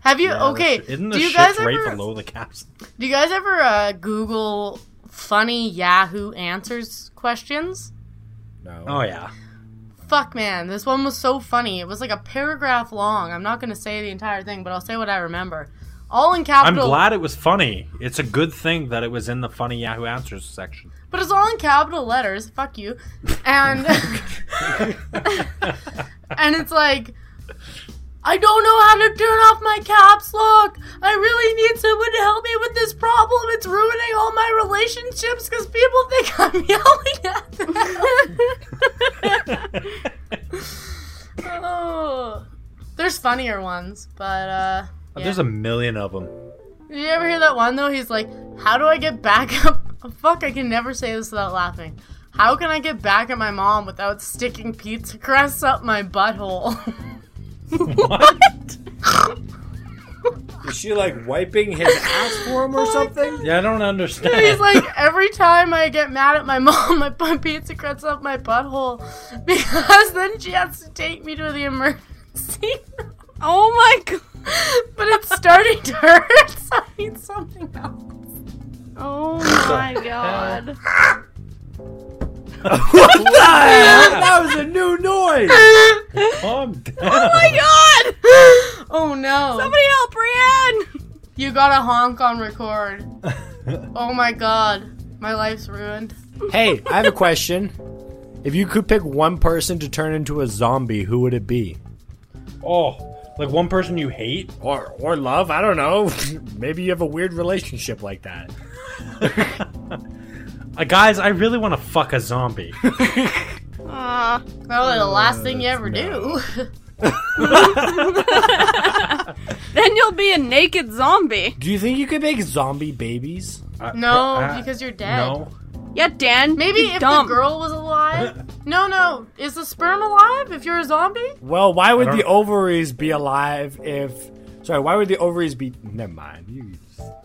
Speaker 4: Have you okay?
Speaker 1: Isn't the
Speaker 4: do you
Speaker 1: shift
Speaker 4: guys
Speaker 1: right
Speaker 4: ever
Speaker 1: below the caps?
Speaker 4: do you guys ever uh, Google funny Yahoo answers questions?
Speaker 3: no.
Speaker 1: Oh yeah.
Speaker 4: Fuck man, this one was so funny. It was like a paragraph long. I'm not gonna say the entire thing, but I'll say what I remember. All in
Speaker 1: I'm
Speaker 4: capital.
Speaker 1: glad it was funny. It's a good thing that it was in the funny Yahoo Answers *laughs* section.
Speaker 4: But it's all in capital letters. Fuck you. And
Speaker 1: *laughs*
Speaker 4: *laughs* and it's like I don't know how to turn off my caps lock. I really need someone to help me with this problem. It's ruining all my relationships because people think I'm *laughs* yelling at them.
Speaker 1: *laughs*
Speaker 4: oh, there's funnier ones, but uh, yeah.
Speaker 1: There's a million of them.
Speaker 4: Did you ever hear that one though? He's like, "How do I get back *laughs* up?" Oh, Fuck, I can never say this without laughing. How can I get back at my mom without sticking pizza crusts up my butthole? *laughs*
Speaker 1: What?
Speaker 3: Is she like wiping his ass for him or something?
Speaker 1: yeah, I don't understand.
Speaker 4: He's like, every time I get mad at my mom, *laughs* I put pizza crusts up my butthole because then she has to take me to the emergency. room.
Speaker 5: oh my *laughs* god.
Speaker 4: but it's starting to hurt, so I need something else.
Speaker 3: *laughs*
Speaker 5: Oh my god.
Speaker 3: *laughs* what the hell? That was a new noise.
Speaker 1: Calm down.
Speaker 5: Oh my god.
Speaker 4: Oh no!
Speaker 5: Somebody help Brienne.
Speaker 4: You gotta honk on record.
Speaker 1: *laughs*
Speaker 4: oh my god, my life's ruined.
Speaker 3: Hey, I have a question. If you could pick one person to turn into a zombie, who would it be?
Speaker 1: Oh, like one person you hate?
Speaker 3: Or or love? I don't know. *laughs* Maybe you have a weird relationship like *laughs* that.
Speaker 1: Uh, guys, I really want to fuck a zombie.
Speaker 4: *laughs* Uh.
Speaker 5: Ah.
Speaker 4: Probably the last thing you ever do.
Speaker 5: then you'll be a naked zombie.
Speaker 3: Do you think you could make zombie babies?
Speaker 1: I-
Speaker 4: No,
Speaker 1: I-
Speaker 4: because you're dead.
Speaker 1: Uh, No.
Speaker 5: Yeah, Dan.
Speaker 4: Maybe
Speaker 5: you
Speaker 4: if
Speaker 5: dumb.
Speaker 4: the girl was alive. No, no. Is the sperm alive if you're a zombie?
Speaker 3: Well, why would
Speaker 1: don't-
Speaker 3: the ovaries be alive if? Sorry, why would the ovaries be? Never mind. You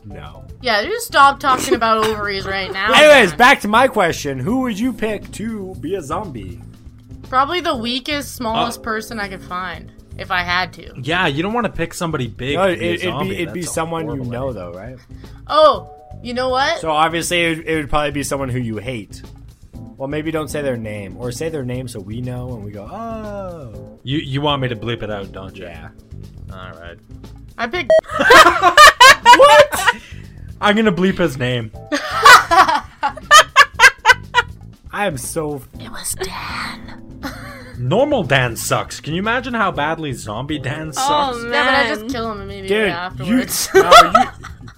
Speaker 3: no.
Speaker 4: Yeah, just stop talking about ovaries right now.
Speaker 3: *laughs* Anyways,
Speaker 1: Oh,
Speaker 4: man.
Speaker 3: back to my question. Who would you pick to be a zombie?
Speaker 4: Probably the weakest,
Speaker 3: Uh.
Speaker 4: smallest person I could find if I had to.
Speaker 1: Yeah, you don't want to pick somebody big.
Speaker 3: No,
Speaker 1: to
Speaker 3: it,
Speaker 1: be a
Speaker 3: it'd
Speaker 1: zombie.
Speaker 3: be it'd be
Speaker 1: That's a
Speaker 3: someone you
Speaker 1: horrible
Speaker 3: know,
Speaker 1: idea.
Speaker 3: though, right?
Speaker 4: Oh, you know what?
Speaker 3: So obviously, it would, it would probably be someone who you hate. Well, maybe don't say their name, or say their name so we know, and we go, oh,
Speaker 1: You you want me to bleep it out, don't you?
Speaker 3: yeah.
Speaker 1: All right.
Speaker 4: I picked.
Speaker 1: I'm gonna bleep his name.
Speaker 3: I am so.
Speaker 4: It was Dan.
Speaker 1: Normal Dan sucks. Can you imagine how badly zombie Dan sucks?
Speaker 5: Oh man.
Speaker 4: Yeah, but I just kill him immediately
Speaker 3: Dude, you,
Speaker 4: afterwards.
Speaker 3: *laughs*
Speaker 4: *laughs*
Speaker 3: no,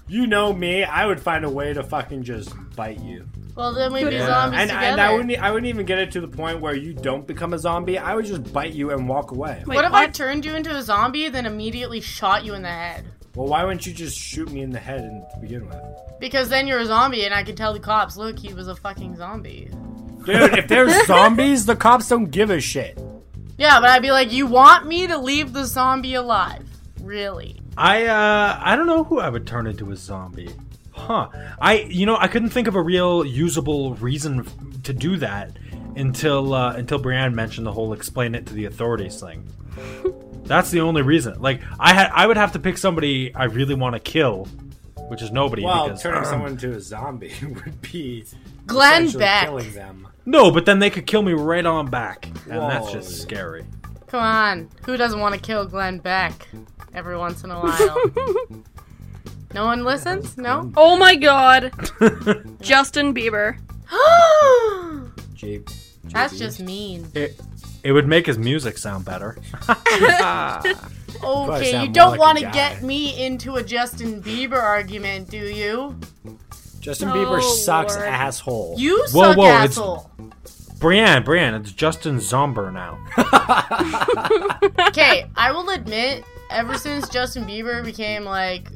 Speaker 3: you, you know me. I would find a way to fucking just bite you.
Speaker 4: well, then we'd be
Speaker 5: Yeah.
Speaker 4: zombies
Speaker 3: And,
Speaker 4: together.
Speaker 3: and I wouldn't. e, I wouldn't even get it to the point where you don't become a zombie. I would just bite you and walk away.
Speaker 5: Wait,
Speaker 4: what if I turned you into a zombie, then immediately shot you in the head?
Speaker 3: Well, why wouldn't you just shoot me in the head and, to begin with?
Speaker 4: Because then you're a zombie, and I could tell the cops, look, he was a fucking zombie.
Speaker 3: Dude, if there's zombies, the cops don't give a shit.
Speaker 4: Yeah, but I'd be like, you want me to leave the zombie alive? Really?
Speaker 1: I uh I don't know who I would turn into a zombie. Huh. I you know, I couldn't think of a real usable reason f- to do that until uh until Brianne mentioned the whole explain it to the authorities thing. That's the only reason. Like I had I would have to pick somebody I really want to kill, which is nobody
Speaker 3: Well,
Speaker 1: because um,
Speaker 3: turning someone into a zombie *laughs* would be
Speaker 4: Glenn
Speaker 3: essentially
Speaker 4: Beck.
Speaker 3: killing them.
Speaker 1: No, but then they could kill me right on back. And that's
Speaker 3: Whoa.
Speaker 1: just scary. *laughs*
Speaker 4: Come on. Who doesn't want to kill Glenn Beck every once in a
Speaker 1: *laughs*
Speaker 4: while? no one listens? No?
Speaker 5: *laughs* Oh my god. Justin Bieber.
Speaker 3: Jeep.
Speaker 4: *gasps* That's just mean.
Speaker 1: It it would make his music sound better.
Speaker 4: Okay,
Speaker 3: sound
Speaker 4: you
Speaker 3: more
Speaker 4: don't
Speaker 3: like a
Speaker 4: want to
Speaker 3: guy.
Speaker 4: get me into a Justin Bieber argument, do you?
Speaker 3: Justin
Speaker 5: Oh,
Speaker 3: Bieber sucks,
Speaker 5: Lord.
Speaker 3: asshole.
Speaker 4: You
Speaker 1: Whoa,
Speaker 4: suck
Speaker 1: whoa, it's-
Speaker 4: asshole.
Speaker 1: Brianne, Brianne, it's Justin Zomber now. *laughs*
Speaker 4: Okay, I will admit, ever since Justin Bieber became like,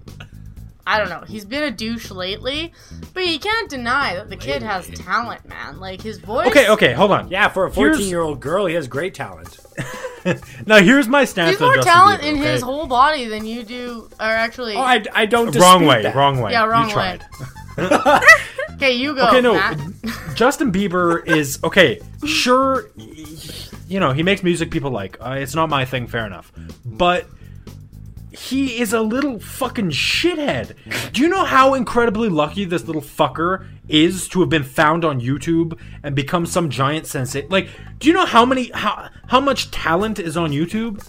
Speaker 4: I don't know, he's been a douche lately, but you can't deny that the kid has talent, man. Like his voice.
Speaker 1: Okay, okay, hold on.
Speaker 3: yeah, for a
Speaker 1: Here's-
Speaker 3: 14 year old girl, he has great talent.
Speaker 1: *laughs* Now here's my stance
Speaker 4: He's
Speaker 1: on
Speaker 4: more
Speaker 1: Justin
Speaker 4: talent
Speaker 1: Bieber,
Speaker 4: in
Speaker 1: okay?
Speaker 4: his whole body than you do, or actually.
Speaker 3: Oh, I, I don't dispute
Speaker 1: wrong way,
Speaker 3: that.
Speaker 1: wrong way.
Speaker 4: Yeah, wrong
Speaker 1: you
Speaker 4: way.
Speaker 1: tried.
Speaker 4: okay, you go.
Speaker 1: Okay, no.
Speaker 4: Matt.
Speaker 1: *laughs* Justin Bieber is okay. Sure, you know he makes music people like. Uh, it's not my thing. Fair enough, but he is a little fucking shithead. Do you know how incredibly lucky this little fucker is to have been found on YouTube and become some giant sensei? Like, do you know how many how how much talent is on YouTube?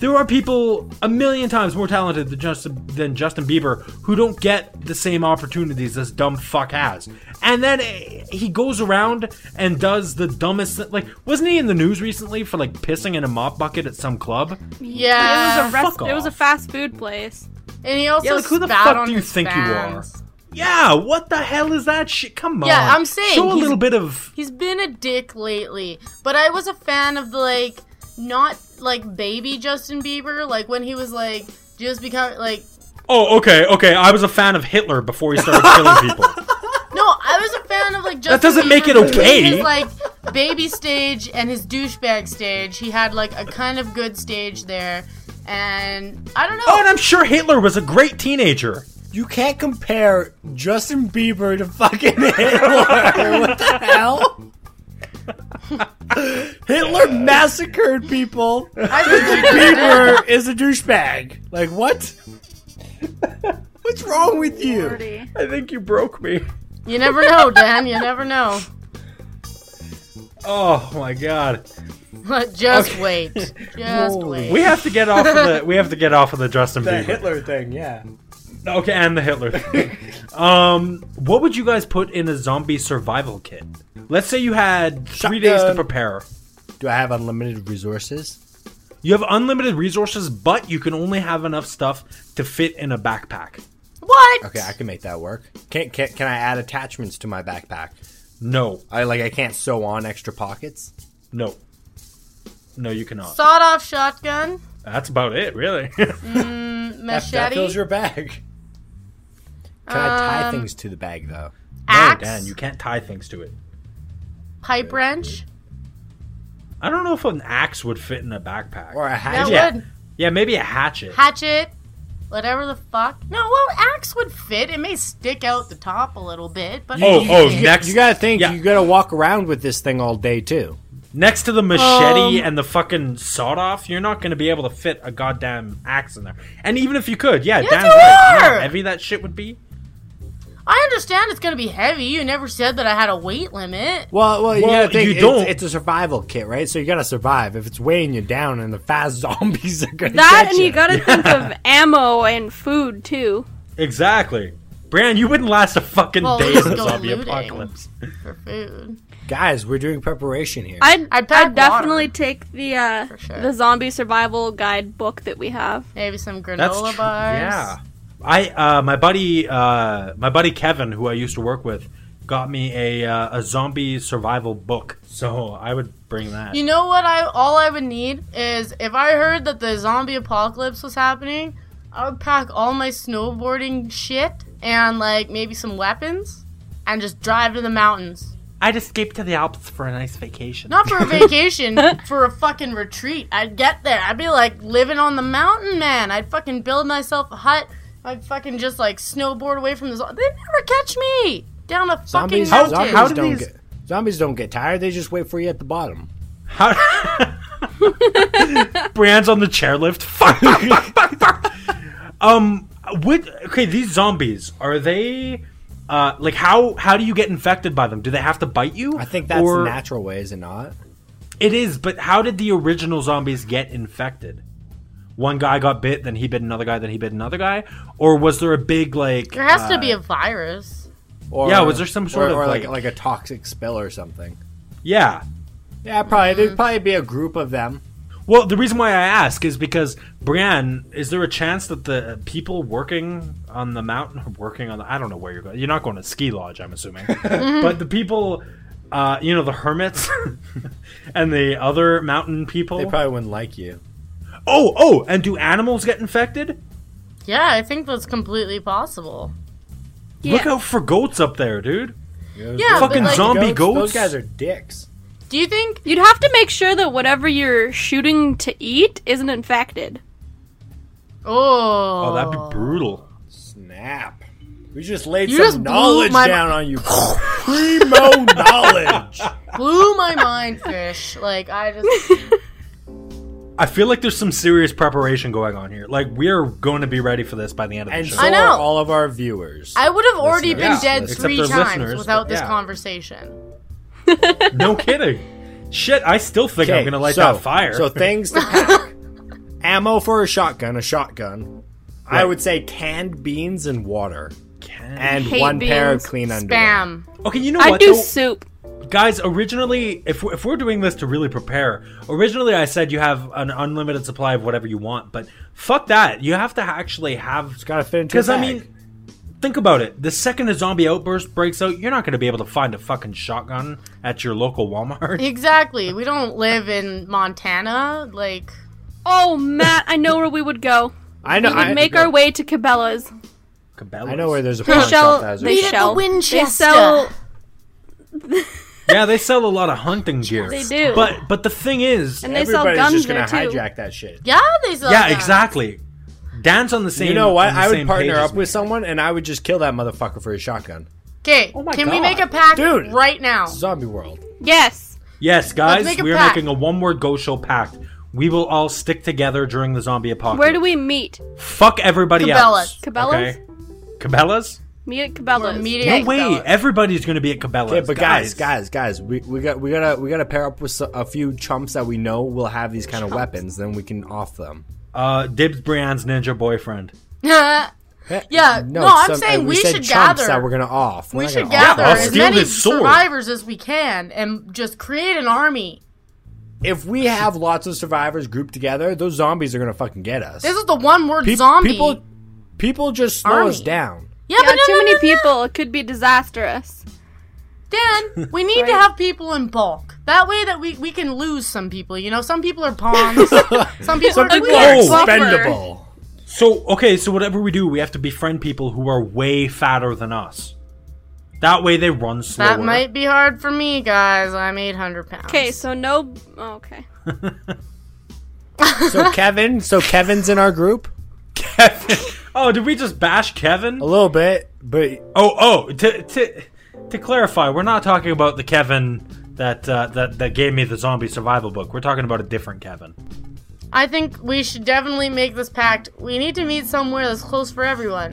Speaker 1: There are people a million times more talented than Justin than Justin Bieber who don't get the same opportunities this dumb fuck has. And then eh, he goes around and does the dumbest thi- like wasn't he in the news recently for like pissing in a mop bucket at some club?
Speaker 4: Yeah.
Speaker 5: it was a rest-
Speaker 1: fuck
Speaker 5: it was a
Speaker 1: off.
Speaker 5: fast
Speaker 4: *laughs*
Speaker 5: food place.
Speaker 4: and he also
Speaker 1: Yeah, like, who the
Speaker 4: spat
Speaker 1: fuck
Speaker 4: on
Speaker 1: do you
Speaker 4: his
Speaker 1: think you are?
Speaker 4: fans.
Speaker 1: Yeah, what the hell is that shit? Come on.
Speaker 4: Yeah, I'm saying
Speaker 1: Show a
Speaker 4: he's-
Speaker 1: little bit of.
Speaker 4: He's been a dick lately, but I was a fan of the like not like baby Justin Bieber, like when he was like just become like
Speaker 1: Oh, okay, okay. I was a fan of Hitler before he started *laughs* killing people.
Speaker 4: no, I was a fan of like Justin.
Speaker 1: doesn't
Speaker 4: Bieber
Speaker 1: make it
Speaker 4: between
Speaker 1: okay.
Speaker 4: His, like baby stage and his douchebag stage, he had like a kind of good stage there, and I don't know.
Speaker 1: Oh, and I'm sure Hitler was a great teenager.
Speaker 3: You can't compare Justin Bieber to fucking Hitler. what the hell? Hitler massacred people.
Speaker 4: I think he did.
Speaker 3: Bieber is a douchebag. Like what? What's wrong with you?
Speaker 5: Pretty.
Speaker 1: I think you broke me.
Speaker 4: you never know, Dan. You never know. *laughs*
Speaker 1: Oh my god. *laughs*
Speaker 4: just wait. Just
Speaker 3: Holy
Speaker 4: wait.
Speaker 1: We have to get off of the we have to get off of *laughs* the Justin
Speaker 3: The
Speaker 1: Bieber.
Speaker 3: Hitler thing, yeah.
Speaker 1: Okay, and the Hitler. thing. um, what would you guys put in a zombie survival kit? Let's say you had 3 days to
Speaker 3: Shotgun.
Speaker 1: prepare.
Speaker 3: Do I have unlimited resources?
Speaker 1: You have unlimited resources, but you can only have enough stuff to fit in a backpack.
Speaker 4: What?
Speaker 3: Okay, I can make that work. Can can, can I add attachments to my backpack?
Speaker 1: No,
Speaker 3: I like I can't sew on extra pockets.
Speaker 1: no, no, you cannot.
Speaker 4: Sawed off shotgun,
Speaker 1: That's about it, really. *laughs*
Speaker 3: That,
Speaker 4: machete.
Speaker 3: that fills your bag. Can I tie things to the bag though?
Speaker 4: axe,
Speaker 1: No, Dan, you can't tie things to it.
Speaker 4: pipe wrench.
Speaker 1: I don't know if an axe would fit in a backpack.
Speaker 3: Or a
Speaker 4: That
Speaker 3: hatchet?
Speaker 1: Yeah.
Speaker 4: would
Speaker 1: yeah, maybe a hatchet.
Speaker 4: hatchet, whatever the fuck. No, well, axe would fit. It may stick out the top a little bit, but
Speaker 1: Oh, oh,
Speaker 3: You-
Speaker 1: next,
Speaker 3: You gotta think.
Speaker 1: yeah.
Speaker 3: You gotta walk around with this thing all day too.
Speaker 1: next to the machete
Speaker 4: Um,
Speaker 1: and the fucking sawed off, you're not going to be able to fit a goddamn axe in there. And even if you could, yeah, Dan's
Speaker 4: you
Speaker 1: right. You know
Speaker 4: are!
Speaker 1: how heavy that shit would be.
Speaker 4: I understand it's gonna be heavy. You never said that I had a weight limit.
Speaker 3: Well, well, you
Speaker 1: Well,
Speaker 3: gotta think.
Speaker 1: you
Speaker 3: it's,
Speaker 1: don't.
Speaker 3: It's a survival kit, right? So you gotta survive. If it's weighing you down and the fast *laughs* zombies are gonna
Speaker 5: That
Speaker 3: get
Speaker 5: and
Speaker 3: you,
Speaker 1: *laughs*
Speaker 5: you gotta think of ammo and food too.
Speaker 1: Exactly. Brian, you wouldn't last a fucking
Speaker 4: Well,
Speaker 1: day
Speaker 4: let's
Speaker 1: in the
Speaker 4: go
Speaker 1: zombie
Speaker 4: looting.
Speaker 1: apocalypse.
Speaker 4: For food,
Speaker 3: guys, we're doing preparation here.
Speaker 5: I'd I'd,
Speaker 4: I'd pack
Speaker 5: definitely
Speaker 4: water.
Speaker 5: take the uh,
Speaker 4: sure.
Speaker 5: the zombie survival guide book that we have.
Speaker 4: maybe some granola
Speaker 1: That's true.
Speaker 4: bars.
Speaker 1: Yeah. I uh, my buddy uh, my buddy Kevin, who I used to work with, got me a uh, a zombie survival book. So I would bring that.
Speaker 4: You know what? I all I would need is if I heard that the zombie apocalypse was happening, I would pack all my snowboarding shit and like maybe some weapons, and just drive to the mountains.
Speaker 1: I'd escape to the Alps for a nice vacation.
Speaker 4: Not for a vacation, for a fucking retreat. I'd get there. I'd be like living on the mountain, man. I'd fucking build myself a hut. I'd fucking just like snowboard away from this. They'd never catch me down a
Speaker 3: Zombies,
Speaker 4: fucking mountain.
Speaker 3: zombies
Speaker 1: How do
Speaker 3: don't
Speaker 1: these-
Speaker 3: get zombies don't get tired. They just wait for you at the bottom.
Speaker 1: How- *laughs* Brienne's on the chairlift. *laughs* Fuck, fuck, fuck, fuck, fuck. Um, would okay? These zombies are they? Uh, like how how do you get infected by them? Do they have to bite you?
Speaker 3: I think that's
Speaker 1: Or-
Speaker 3: natural way, is it not?
Speaker 1: It is, but how did the original zombies get infected? One guy got bit, then he bit another guy, then he bit another guy, or was there a big like? uh,
Speaker 4: there has to be a virus.
Speaker 3: Or,
Speaker 1: Yeah, was there some sort
Speaker 3: or,
Speaker 1: of,
Speaker 3: or like,
Speaker 1: like-
Speaker 3: like a toxic spill or something?
Speaker 1: Yeah,
Speaker 3: Yeah, probably
Speaker 4: Mm-hmm.
Speaker 3: there'd probably be a group of them.
Speaker 1: Well, the reason why I ask is because Brienne, is there a chance that the people working on the mountain, *laughs* working on the, I don't know where you're going. You're not going to ski lodge, I'm
Speaker 4: *laughs*
Speaker 1: assuming,
Speaker 4: Mm-hmm.
Speaker 1: but the people, uh, you know, the hermits *laughs* and the other mountain
Speaker 3: They
Speaker 1: people.
Speaker 3: probably wouldn't like you.
Speaker 1: oh, oh, and do animals get infected?
Speaker 4: Yeah, I think that's completely possible.
Speaker 5: Yeah.
Speaker 1: Look out for goats up there, dude.
Speaker 4: Yeah,
Speaker 1: Fucking
Speaker 4: but like,
Speaker 1: zombie goats?
Speaker 3: Those guys are dicks.
Speaker 4: do you think
Speaker 5: You'd have to make sure that whatever you're shooting to eat isn't infected.
Speaker 4: Oh,
Speaker 1: Oh, that'd be brutal.
Speaker 3: Snap. We just laid
Speaker 4: You
Speaker 3: some
Speaker 4: just blew
Speaker 3: knowledge
Speaker 4: my-
Speaker 3: down
Speaker 5: *laughs*
Speaker 3: on you. Primo knowledge.
Speaker 4: blew my
Speaker 1: *laughs*
Speaker 4: mind, fish. Like I just
Speaker 1: I feel like there's some serious preparation going on here. Like we're going to be ready for this by the end of the
Speaker 3: And
Speaker 1: show.
Speaker 3: so
Speaker 4: I know.
Speaker 3: are all of our viewers.
Speaker 4: I would have already been
Speaker 3: Listeners. Yeah.
Speaker 4: dead
Speaker 1: Except
Speaker 4: three
Speaker 1: they're
Speaker 4: times
Speaker 1: listeners,
Speaker 4: without
Speaker 1: but
Speaker 4: this
Speaker 1: yeah.
Speaker 4: conversation.
Speaker 1: no kidding. Shit, I still think I'm
Speaker 3: Okay,
Speaker 1: gonna light
Speaker 3: so-
Speaker 1: that fire.
Speaker 3: So things
Speaker 1: *laughs*
Speaker 3: to pack. Ammo for a shotgun, a shotgun. I
Speaker 1: Right.
Speaker 3: would say canned beans and water.
Speaker 1: Can-
Speaker 3: And
Speaker 5: hate
Speaker 3: one pair of
Speaker 5: beans.
Speaker 3: clean underwear.
Speaker 4: Spam.
Speaker 1: Okay, you know
Speaker 5: I'd
Speaker 1: what?
Speaker 5: do
Speaker 1: though?
Speaker 5: soup.
Speaker 1: guys, originally, if we're, if we're doing this to really prepare, originally I said you have an unlimited supply of whatever you want, but fuck that. You have to actually have.
Speaker 3: Gotta fit into a
Speaker 1: Because, I
Speaker 3: bag.
Speaker 1: mean, think about it. The second a zombie outburst breaks out, you're not going to be able to find a fucking shotgun at your local Walmart.
Speaker 4: Exactly. We don't live in Montana. Like
Speaker 5: Oh, Matt, I know where we would go.
Speaker 3: I
Speaker 5: We
Speaker 3: know.
Speaker 1: *laughs*
Speaker 5: would
Speaker 3: I,
Speaker 5: make our way to Cabela's.
Speaker 1: *laughs* Cabela's.
Speaker 3: I know where there's a
Speaker 5: They
Speaker 3: pawn shop that
Speaker 5: shall.
Speaker 3: has a
Speaker 5: They
Speaker 3: shotgun.
Speaker 5: shall. They
Speaker 4: Winchester.
Speaker 5: sell.
Speaker 1: Yeah, they sell a lot of hunting gear.
Speaker 5: They do.
Speaker 1: But but the thing is,
Speaker 5: And they sell
Speaker 3: Everybody's
Speaker 5: guns
Speaker 3: just
Speaker 5: there
Speaker 3: gonna
Speaker 5: too.
Speaker 3: hijack that shit.
Speaker 4: yeah, they sell.
Speaker 1: yeah,
Speaker 4: guns.
Speaker 1: exactly. Dance on the same.
Speaker 3: you know what?
Speaker 1: on the
Speaker 3: I would
Speaker 1: same
Speaker 3: partner
Speaker 1: page as
Speaker 3: up
Speaker 1: me.
Speaker 3: with someone, and I would just kill that motherfucker for his shotgun.
Speaker 4: Okay,
Speaker 1: Oh my
Speaker 4: can we
Speaker 1: God.
Speaker 4: make a pact
Speaker 3: Dude.
Speaker 4: right now? *laughs*
Speaker 3: Zombie world.
Speaker 5: Yes.
Speaker 1: Yes, guys,
Speaker 4: make a
Speaker 1: we are
Speaker 4: pact.
Speaker 1: making a one word go show pact. We will all stick together during the zombie apocalypse.
Speaker 5: Where do we meet?
Speaker 1: Fuck everybody else.
Speaker 5: Cabela's.
Speaker 1: Okay? Cabela's?
Speaker 5: Meet at Cabela's.
Speaker 4: We're meeting
Speaker 1: No
Speaker 4: at
Speaker 1: way.
Speaker 4: Cabela's.
Speaker 1: Everybody's going to be at Cabela's.
Speaker 3: Yeah, but guys, guys, guys, we, we got we gotta we gotta pair up with so- a few chumps that we know will have these kind of weapons. Then we can off them.
Speaker 1: Uh, Dibs Brian's ninja boyfriend. Oh
Speaker 4: Yeah, no, I'm
Speaker 3: some-
Speaker 4: saying
Speaker 3: uh,
Speaker 4: we
Speaker 3: said
Speaker 4: should
Speaker 3: chumps
Speaker 4: gather.
Speaker 3: That we're gonna off. We're
Speaker 4: we
Speaker 3: not
Speaker 4: should
Speaker 3: gonna off
Speaker 4: gather
Speaker 3: them.
Speaker 1: I'll
Speaker 4: as
Speaker 1: steal
Speaker 4: many
Speaker 1: his sword.
Speaker 4: survivors as we can and just create an army.
Speaker 3: If we have lots of survivors grouped together, those zombies are gonna fucking get us.
Speaker 4: This is the one word
Speaker 3: Pe-
Speaker 4: zombie.
Speaker 3: People, people just slow us
Speaker 4: Army.
Speaker 3: down.
Speaker 4: yeah,
Speaker 5: Yeah,
Speaker 4: but no,
Speaker 5: too
Speaker 4: no,
Speaker 5: many
Speaker 4: no, no.
Speaker 5: people. It could be disastrous. *laughs*
Speaker 4: Dan, we need to
Speaker 5: Right.
Speaker 4: have people in bulk. That way that we, we can lose some people. You know, some people
Speaker 1: *laughs*
Speaker 4: are pawns. some people are
Speaker 5: people
Speaker 4: weird.
Speaker 1: are
Speaker 5: Buffer.
Speaker 3: Oh,
Speaker 4: *laughs*
Speaker 3: Expendable.
Speaker 1: So, okay, so whatever we do, we have to befriend people who are way fatter than us. That way they run slower.
Speaker 4: That might be hard for me, guys. I'm 800 pounds.
Speaker 5: Okay, so no. oh, Okay.
Speaker 3: So Kevin, so Kevin's in our group
Speaker 1: Kevin. *laughs* Oh, did we just bash Kevin?
Speaker 3: a little bit, but
Speaker 1: Oh, oh, to to to clarify, we're not talking about the Kevin that uh, that that gave me the zombie survival book. We're talking about a different Kevin.
Speaker 4: I think we should definitely make this pact. We need to meet somewhere that's close for everyone.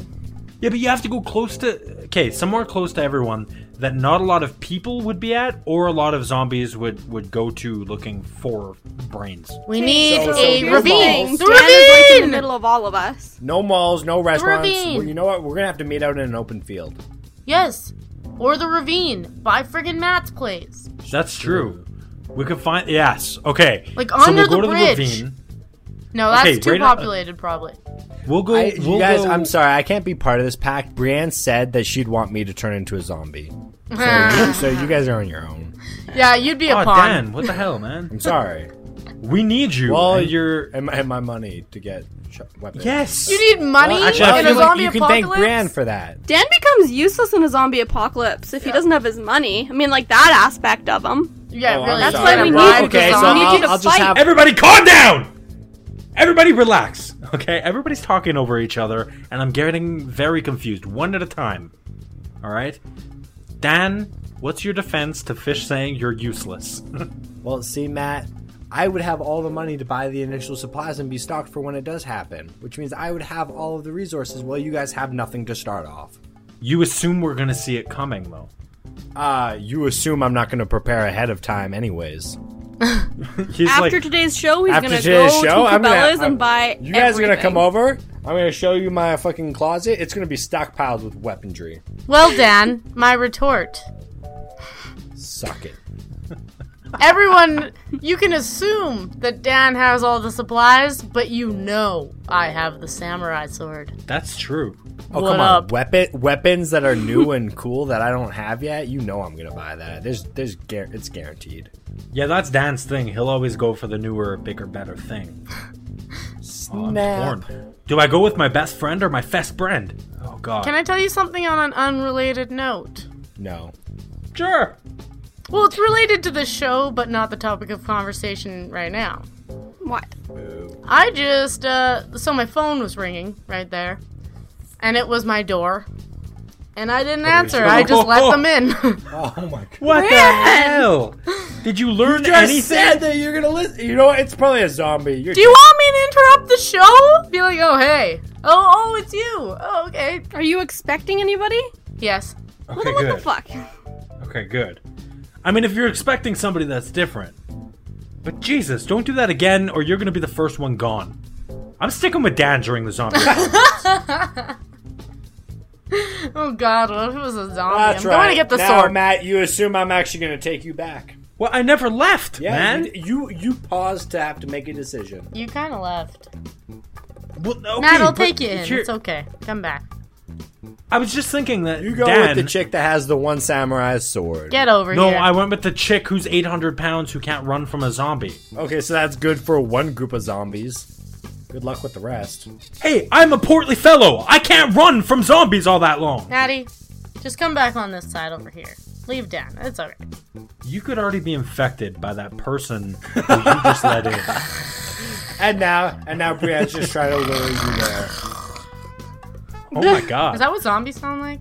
Speaker 1: Yeah, but you have to go close to okay, somewhere close to everyone that not a lot of people would be at, or a lot of zombies would would go to looking for brains.
Speaker 4: We need
Speaker 3: so
Speaker 4: a
Speaker 3: here's the
Speaker 4: ravine.
Speaker 3: thing.
Speaker 4: The
Speaker 5: Dan is like in the
Speaker 4: ravine!
Speaker 5: middle of all of us.
Speaker 3: no malls, no restaurants.
Speaker 4: ravine.
Speaker 3: Well, you know what? We're gonna have to meet out in an open field.
Speaker 4: yes. Or the ravine. By friggin' Matt's place.
Speaker 1: That's true. We could find yes. Okay.
Speaker 4: Like,
Speaker 1: so
Speaker 4: under
Speaker 1: we'll go
Speaker 4: the
Speaker 1: to
Speaker 4: bridge.
Speaker 1: the ravine.
Speaker 4: No, that's
Speaker 1: Okay,
Speaker 4: too
Speaker 3: uh,
Speaker 1: right now-
Speaker 4: populated, probably.
Speaker 1: We'll go.
Speaker 3: I,
Speaker 1: we'll
Speaker 3: you guys,
Speaker 1: go-
Speaker 3: I'm sorry, I can't be part of this pact. Brienne said that she'd want me to turn into a zombie. So, you, so you guys are on your own.
Speaker 4: yeah, you'd be a
Speaker 1: Oh,
Speaker 4: pawn.
Speaker 1: Dan, what the hell, man?
Speaker 3: I'm sorry.
Speaker 1: We need you.
Speaker 3: Well,
Speaker 1: And-
Speaker 3: your and my, and my money to get sh- weapons.
Speaker 1: yes.
Speaker 4: You need money
Speaker 1: Well, actually, I
Speaker 4: in
Speaker 1: feel
Speaker 4: a
Speaker 1: like
Speaker 4: zombie
Speaker 3: you can
Speaker 4: apocalypse.
Speaker 3: thank Bran for that.
Speaker 5: Dan becomes useless in a zombie apocalypse if he doesn't have his money. I mean, like that aspect of him.
Speaker 4: yeah,
Speaker 3: Oh, I'm
Speaker 4: really.
Speaker 5: That's
Speaker 3: sorry.
Speaker 5: why we
Speaker 4: Ride
Speaker 5: need.
Speaker 4: the
Speaker 3: Okay, so
Speaker 5: we need
Speaker 4: zombie.
Speaker 3: I'll-
Speaker 5: you to
Speaker 3: I'll just
Speaker 5: fight.
Speaker 3: have-
Speaker 1: Everybody, calm down. Everybody, relax. Okay, everybody's talking over each other, and I'm getting very confused, one at a time. All right, Dan, what's your defense to Fish saying you're useless? *laughs*
Speaker 3: Well, see, Matt, I would have all the money to buy the initial supplies and be stocked for when it does happen, which means I would have all of the resources. Well, you guys have nothing to start off.
Speaker 1: you assume we're gonna see it coming, though.
Speaker 3: Uh, you assume I'm not going to prepare ahead of time, anyways.
Speaker 1: He's
Speaker 5: After
Speaker 1: like,
Speaker 5: today's show, he's
Speaker 3: After
Speaker 5: gonna
Speaker 3: today's
Speaker 5: go
Speaker 3: show,
Speaker 5: to
Speaker 3: I'm
Speaker 5: Cabela's
Speaker 3: gonna. I'm-
Speaker 5: and buy.
Speaker 3: you guys are gonna
Speaker 5: everything.
Speaker 3: come over. I'm gonna show you my fucking closet. It's gonna be stockpiled with weaponry.
Speaker 4: Well, Dan, my retort.
Speaker 3: Suck it.
Speaker 4: Everyone, you can assume that Dan has all the supplies, but you know I have the samurai sword.
Speaker 1: that's true.
Speaker 3: Oh
Speaker 4: What
Speaker 3: come on,
Speaker 4: up?
Speaker 3: weapon weapons that are new and cool that I don't have yet. You know I'm gonna buy that. There's there's guar- it's guaranteed.
Speaker 1: Yeah, that's Dan's thing. He'll always go for the newer, bigger, better thing. Oh, I'm
Speaker 3: Snap.
Speaker 1: torn. Do I go with my best friend or my fest friend? Oh God.
Speaker 4: Can I tell you something on an unrelated note?
Speaker 3: No.
Speaker 1: Sure.
Speaker 4: Well, it's related to the show, but not the topic of conversation right now.
Speaker 5: What?
Speaker 4: I just, uh, so my phone was ringing right there, and it was my door, and I didn't answer. I just let
Speaker 1: *laughs*
Speaker 4: them in. *laughs*
Speaker 3: Oh my god.
Speaker 1: What the hell? Did you learn anything?
Speaker 3: that you're gonna listen. You know what? It's probably a zombie. You're
Speaker 4: Do you want me to interrupt the show? Be like, oh, hey. Oh, oh, it's you. Oh, okay.
Speaker 5: Are you expecting anybody?
Speaker 4: Yes. *laughs*
Speaker 5: Well,
Speaker 1: Okay,
Speaker 5: then what
Speaker 1: good.
Speaker 5: the fuck?
Speaker 1: Okay, good. I mean, if you're expecting somebody that's different, but Jesus, don't do that again, or you're gonna be the first one gone. I'm sticking with Dan during the zombie.
Speaker 3: *laughs*
Speaker 1: apocalypse.
Speaker 4: Oh, God, what if it was a zombie?
Speaker 3: That's
Speaker 4: I'm
Speaker 3: right.
Speaker 4: going to get the
Speaker 3: now,
Speaker 4: sword.
Speaker 3: Matt. You assume I'm actually gonna take you back.
Speaker 1: well, I never left,
Speaker 3: Yeah,
Speaker 1: man.
Speaker 3: You, you you paused to have to make a decision.
Speaker 4: You kind of left.
Speaker 1: Well, okay,
Speaker 4: Matt, I'll
Speaker 1: but
Speaker 4: take you in.
Speaker 1: here-
Speaker 4: It's okay. Come back.
Speaker 1: I was just thinking that
Speaker 3: You go
Speaker 1: Dan.
Speaker 3: with the chick that has the one samurai sword.
Speaker 4: Get over
Speaker 1: no,
Speaker 4: here.
Speaker 1: I went with the chick who's 800 pounds who can't run from a zombie.
Speaker 3: Okay, so that's good for one group of zombies. Good luck with the rest.
Speaker 1: Hey, I'm a portly fellow. I can't run from zombies all that long.
Speaker 4: Natty, just come back on this side over here. Leave Dan. It's okay.
Speaker 1: You could already be infected by that person who you just let
Speaker 3: *laughs*
Speaker 1: in.
Speaker 3: And now, and now Brienne's just trying to lure you there.
Speaker 1: Oh my god.
Speaker 4: Is that what zombies sound like?